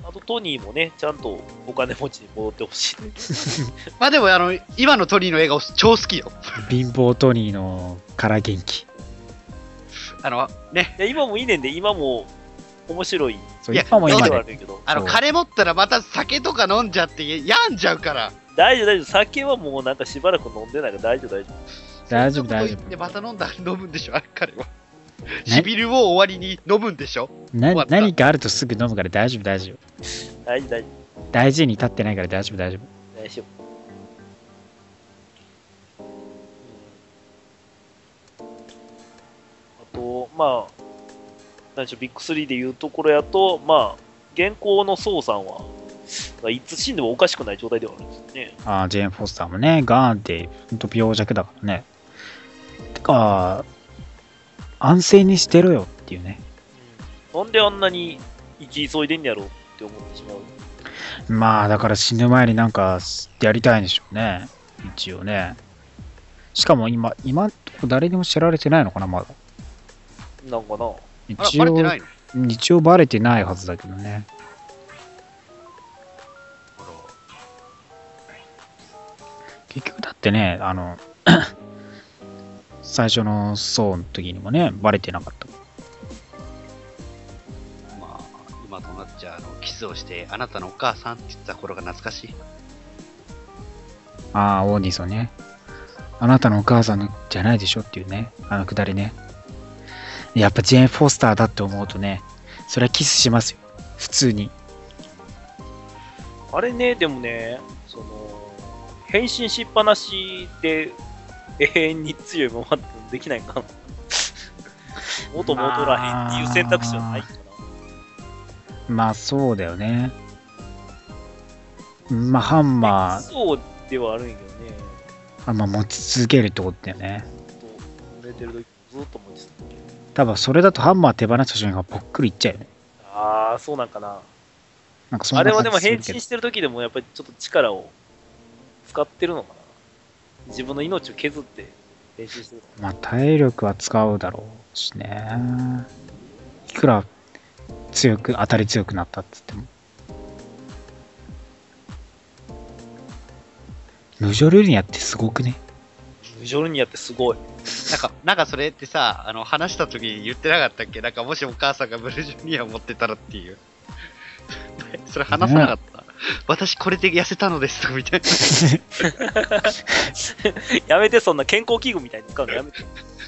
あとトニーもね、ちゃんとお金持ちに戻ってほ しい。まあでも、あの、今のトニーの映画超好きよ。貧乏トニーのから元気。あの、ね。いや今もいいねんで、今も面白い。そういや今もいい今ではあで。るけど。あの、そう金持ったらまた酒とか飲んじゃって、病んじゃうから。大丈夫大丈夫。酒はもうなんかしばらく飲んでないから大丈夫大丈夫。大丈夫そんな大丈こと言っ夫て。また飲んだ飲むんでしょあれ彼は。シビルを終わりに飲むんでしょな終わった何かあるとすぐ飲むから大丈夫大丈夫。大事大事大事に立ってないから大丈夫大丈夫。大丈夫うんあとまあ何でしょうビッグ3でいうところやとまあ現行の宋さんはまあいつ死んでもおかしくない状態ではあるんですねあージェーン・フォスターもね、ガーンって、ほんと病弱だからね。てか、安静にしてろよっていうね。なんであんなに生き急いでんやろうって思ってしまうまあだから死ぬ前になんかやりたいんでしょうね。一応ね。しかも今、今んとこ誰にも知られてないのかな、まだ。なんかな。あら、一バレて応、ないの一応バレてないはずだけどね。結局だってね、あの、 最初の層の時にもね、バレてなかった。まあ、今となっちゃあの、キスをして、あなたのお母さんって言ってた頃が懐かしい。ああ、オーディソンね。あなたのお母さんじゃないでしょっていうね、あのくだりね。やっぱジェーン・フォスターだって思うとね、それはキスしますよ。普通に。あれね、でもね、その、変身しっぱなしで永遠に強いままってできないかな。元戻らへんっていう選択肢はないかまあそうだよね。まあハンな。マそうではあるんやけどね。ー、ハンマー持ち続けるってことだよね。ずっと寝てる時ずっと思いつつ。多分それだとハンマー手放した瞬間ぽっくりいっちゃうよね。ああ、そうなんかな。なんかそんあなれ感じはでも変するけ身どしてる時でもやっぱりちょっと力を使ってるのかな。自分の命を削って変身してるのまかあ体力は使うだろうしね。いくら強く、当たり強くなったっつっても。無常ルールにやってすごくね。な。無情にやってすごい。なんか、 なんかそれってさ、あの、話した時に言ってなかったっけなんか、もしお母さんがブルジュニアを持ってたらっていう。 それ話さなかった。私、これで痩せたのですとかみたいな。やめて、そんな健康器具みたいに使うのやめて。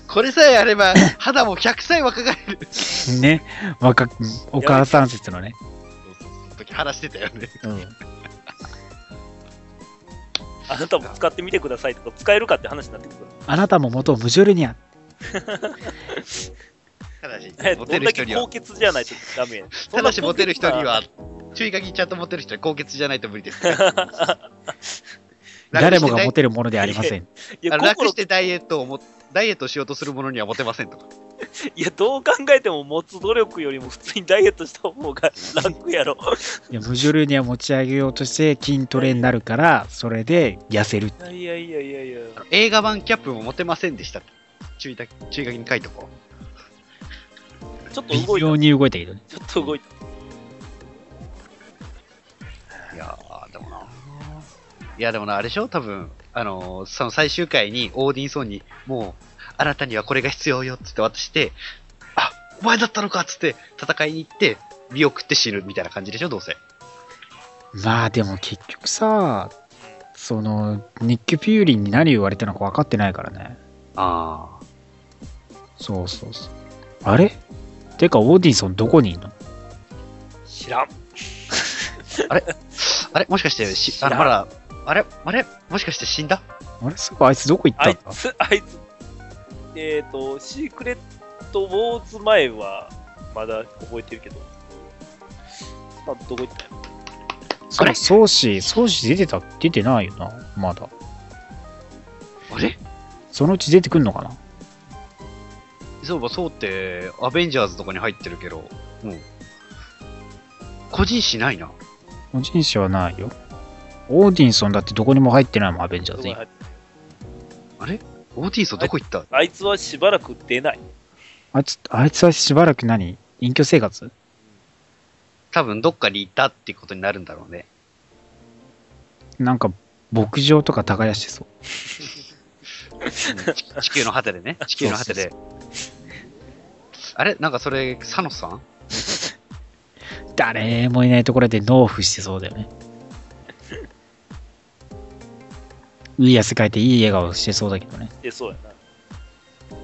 これさえあれば、肌も100歳若返る。ね。若く、お母さん説のね。時話してたよね。うん。あなたも使ってみてくださいとか、使えるかって話になってくる。あなたも元無常ルールにあただし、 モどテんるだ人けには高、血じゃないとダ メや。ただしモテる人にはそんな高、注意書きちゃんとモテる人には高血じゃないと無理 です。誰もがモ楽してテるものではありません。血あな。いのや、楽心してダイエットをも、ダイエットしようとする者にはモテませんとか。いや、どう考えても持つ努力よりも普通にダイエットした方 が楽やろ。いや無常ルールには持ち上げようとして筋トレになるから、それで痩せる。いやいやいやいやいや。映画版キャップもモテませんでした。注意だ注意書きに書いとこう。ちょっと動微いた。妙に動いたけどね。ちょっと動いた。いやー、でもな。いや、でもな、あれでしょ多分、あのーその最終回にオーディンソンに、もう、あなたにはこれが必要よっつって渡して、あ、お前だったのかっつって戦いに行って、身を食って死ぬみたいな感じでしょどうせ。まあでも結局さそのニック・ピューリンに何言われたのか分かってないからねあそうそうそうあれてかオーディンソンどこにいんの知らん。あ。あれもしかして、しあ知らの、んまだ、あれあれもしかして死んだあれそうかあいつどこ行っあたいんだつ、あいつ、えっ、ー、と、シークレットウォーズ前は、まだ覚えてるけど。まあ、どこ行ったよ。そうかソーシーソーシー出てた出てないよなまだあれそのうち出てくんのかなそういえばそうって、アベンジャーズとかに入ってるけど、うん。個人誌ないな。個人誌はないよオーディンソンだってどこにも入ってないもんアベンジャーどズこにに入ってオーティーソンどこ行ったあいつはしばらく出ない。あいつあいつはしばらく何隠居生活多分どっかに行ったってことになるんだろう ね。なんか牧場とか耕してそううん地球の果てで ね。地球の果てで。あれなんかそれ、サノスさん誰もいないところで納付してそうだよね。いい汗かいていい笑顔してそうだけどね。出そうやな。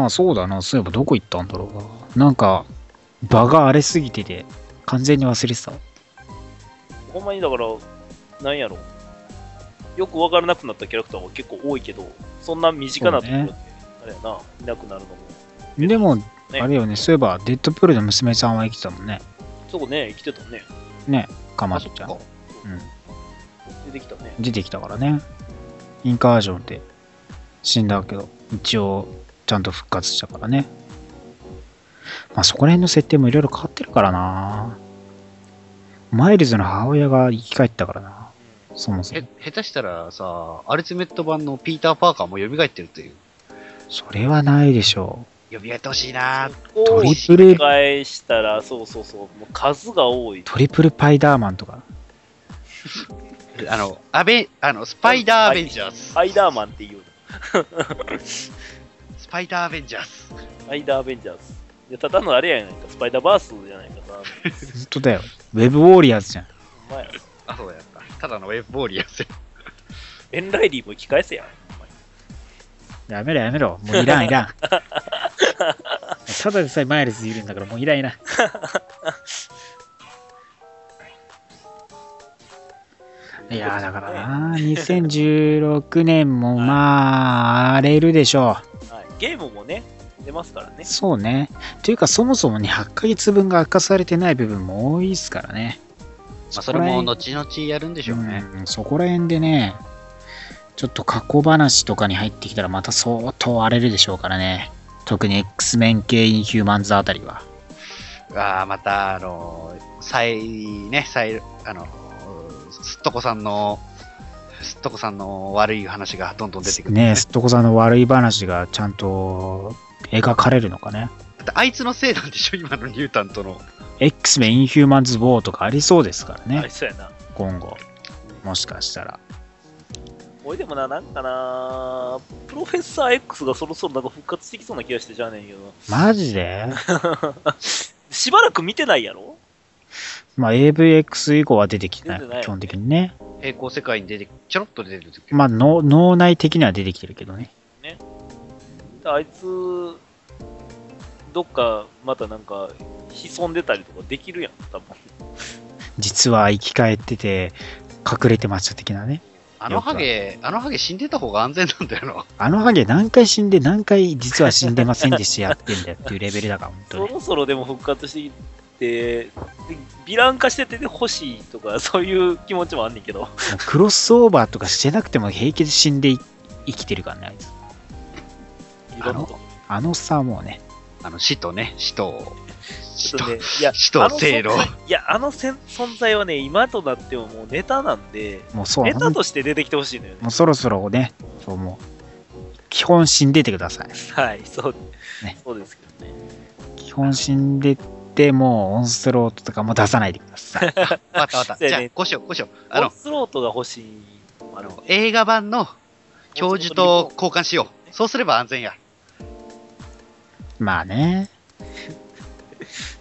まあそうだな、そういえばどこ行ったんだろうな。なんか、場が荒れすぎてて、完全に忘れてたわ。ほんまにだから、なんやろ。よくわからなくなったキャラクターは結構多いけど、そんな身近なところで、そあれやな、いなくなるのも。でも、あれよね、そういえば、デッドプールの娘さんは生きてたもんね。そこね、生きてたね。ね、かまあどそっちゃか。ん。うそん。出てきたね。出てきたからね。インカージョンで死んだけど、一応、ちゃんと復活したからね。まあ、そこら辺の設定もいろいろ変わってるからな。マイルズの母親が生き返ったからな。うそもそもへ。下手したらさ、アルティメット版のピーター・パーカーも蘇ってるという。それはないでしょ蘇ってほしいなぁ。トをリ繰プル。。り返したら、そうそうそう、もう数が多いうトリプルパイダーマンとか。あの、アベ、あの、スパイダー・アベンジャーズ。スパイダーマンっていうの。スパイダー・アベンジャーズ。スパイダーアベンジャーズ。いやただのあれやないか、スパイダーバースじゃないかな。ずっとだよ。ウェブウォーリアーズじゃん。お前、あ、そうやった。ただのウェブボーリアーズ。ベンライリーも生き返せや。やめろやめろ。もういらんいらん。ただでさえマイルズいるんだからもういら んいらん。いやーだからな2016年もまあ荒れるでしょはい、ゲームもね、出ますからねう。。そうね。というかそもそもね、8ヶ月分が明かされてない部分も多いですからね。まあ、それもの後々やるんでしょうね。うん、そこら辺でね、ちょっと過去話とかに入ってきたらまた相当荒れるでしょうからね。特に X メン系インヒューマンズあたりは。ああ、また、あのー、再、ね、再、あのー、すっとこさんの、すっとこさんの悪い話がどんどん出てくる。ねえ、すっとこさんの悪い話がちゃんと描かれるのかね。だってあいつのせいなんでしょ、今のニュータンとの。 X メンインヒューマンズウォーとかありそうですからね、あれそうやな。今後。もしかしたら。俺でもな、なんかな、プロフェッサー X がそろそろなんか復活してきそうな気がしてじゃあねんけどな。 マジで しばらく見てないやろまあ AVX 以降は出てきてない出てないよね基本的にね。平行世界に出て、ちょろっと出てる時まあの脳内的には出てきてるけどね。あいつ、どっかまたなんか潜んでたりとかできるやん、多分。実は生き返ってて隠れてました的なね。あのハゲ、あのハゲ死んでた方が安全なんだよな。あのハゲ何回死んで何回実は死んでませんでしたやってんだよっていうレベルだから、本そ当に。ろそろでも復活してきて、でヴィラン化してて欲しいとか、 そういう気持ちもあんねんけど。クロスオーバーとかしてなくても平気で死んでい生きてるからね、あいつ。いろんなとこあのさ、もうね。あの、死とね、死と、死ちょっとと、ね、いや、死とせいろあの存在いや、あのせん存在はね、今となってももうネタなんで、もうそう、ネタもとして出てきてほしいのよね。うそろそろね、そうもう、基本死んでてください。はい、そう、ねそうですけどね。基本死んでって、もうオンスロートとかも出さないでください。わかったわかっせた。いじろゃあ、こうしよう、こうしよう。あオのン、スロートが欲しいのもああるの映画版の教授と交換しよう。そうすれば安全や。まあね。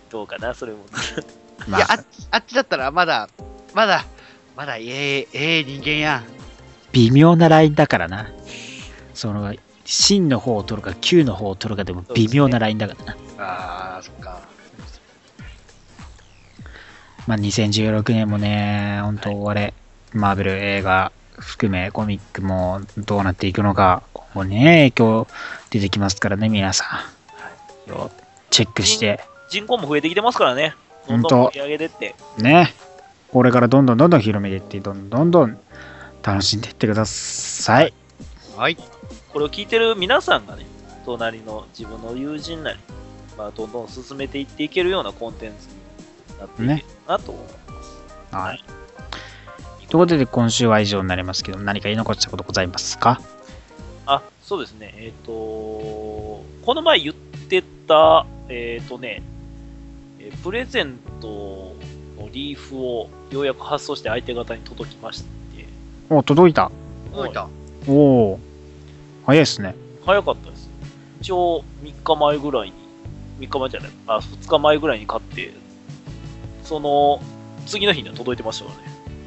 どうかな、それも。まいやああ、っ、あっちだったらまだ、まだ、まだ、ええええ人間やん。微妙なラインだからな。その、真の方を取るか、9の方を取るかでも微妙なラインだからな。ああ、そっか。まあ、2016年もね、本当終われ、マーベル映画含めコミックもどうなっていくのか、今後ね、影響出てきますからね、皆さん。よチェックして、人口も増えてきてますからね。どんどんほんと盛り上げてって。ね、これからどんどんどんどん広めていって、どんどんどん楽しんでいってください。はい。これを聞いてる皆さんがね、隣の自分の友人なり、まあ、どんどん進めていっていけるようなコンテンツになっていけるなと思う。はい。ということで、今週は以上になりますけど、何か言い残したことございますかあ、そうですね。えっ、とこの前言ってた、えっ、とね、えープレゼントのリーフをようやく発送して相手方に届きまして、お、届いた。動いた。おお早いですね。早かったです。一応、3日前ぐらいに、3日前じゃない、あ、2日前ぐらいに買って、その、次の日には届いてましたからね。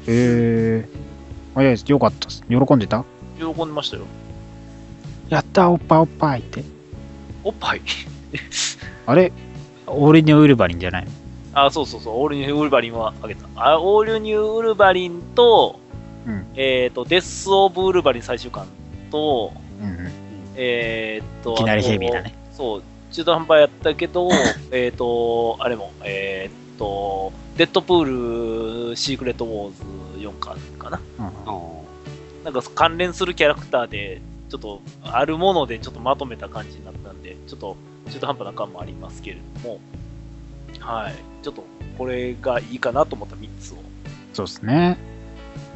へえ。早いです。よかったです。喜んでた喜んでましたよ。やったーおっぱいおっぱいって。おっぱい。 あれ俺にウルバリンじゃないのあ、そうそうそう、オールニューウルバリンはあげた。あ、オールニューウルバリンと、うんえっ、と、デス・オブ・ウルバリン最終巻と、うんうん。えっ、と、いきなりあとヘビーだね。そう、中途半端やったけど、 えっと、あれも、えっ、と、デッドプール・シークレット・ウォーズ4巻かな。うんおなんか関連するキャラクターで、ちょっと、あるものでちょっとまとめた感じになったんで、ちょっと中途半端な感もありますけれども、はい、ちょっとこれがいいかなと思った3つをそうですね。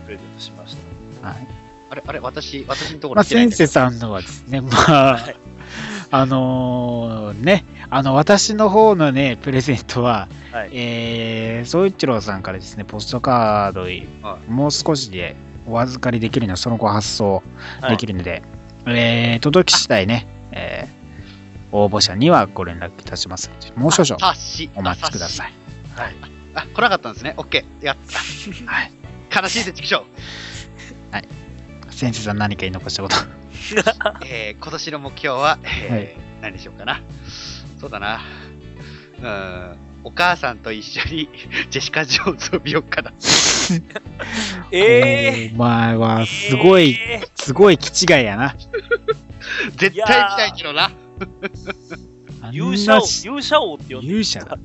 プレゼントしました。はい。あれ、あれ、私、私のとこまろあ、来てない先生んだけどさんのはですね、まあ、あのーね、あの、私の方のね、プレゼントは、はい。えー、総一郎さんからですね、ポストカードい、はもう少しでお預かりできるのは、その後発送できるので、えー、届き次第ね、えー応募者にはご連絡いたしますので、もう少々察しお待ちください。あ、来なかったんですね。オッケー。やった。はい。悲しいぜ、畜生。先生さん、何か言い残したこと。えー、今年の目標は、えーはい何でしょうかな。そうだな。うーん。お母さんと一緒に ジェシカ・ジョーンズを見ようかな。えお前は、ー、すごい、えすごい気違いやな。絶対見たいけどな。あんーな勇者王、勇者王って呼んで勇者だ。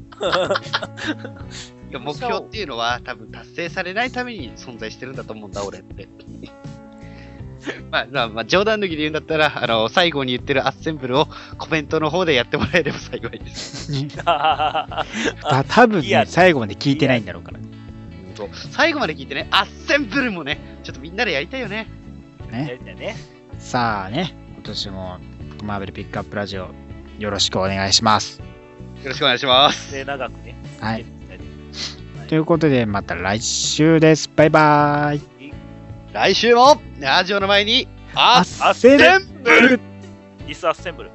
いや目標っていうのは多分達成されないために存在してるんだと思うんだ、俺って。 まあ、まあ、まあ、冗談抜きで言うんだったら、あの、最後に言ってるアッセンブルをコメントの方でやってもらえれば幸いです。 た。た 多分いやね、最後まで聞いてないんだろうからねそう最後まで聞いてね、アッセンブルもね、ちょっとみんなでやりたいよね。やね。りたいね。さあね、今年もマーベルピックアップラジオ、よろしくお願いします。よろしくお願いします。で、長くね。はい。いということで、また来週です。バイバイ。来週もラジオの前に、あセ全部ディスアッセンブル。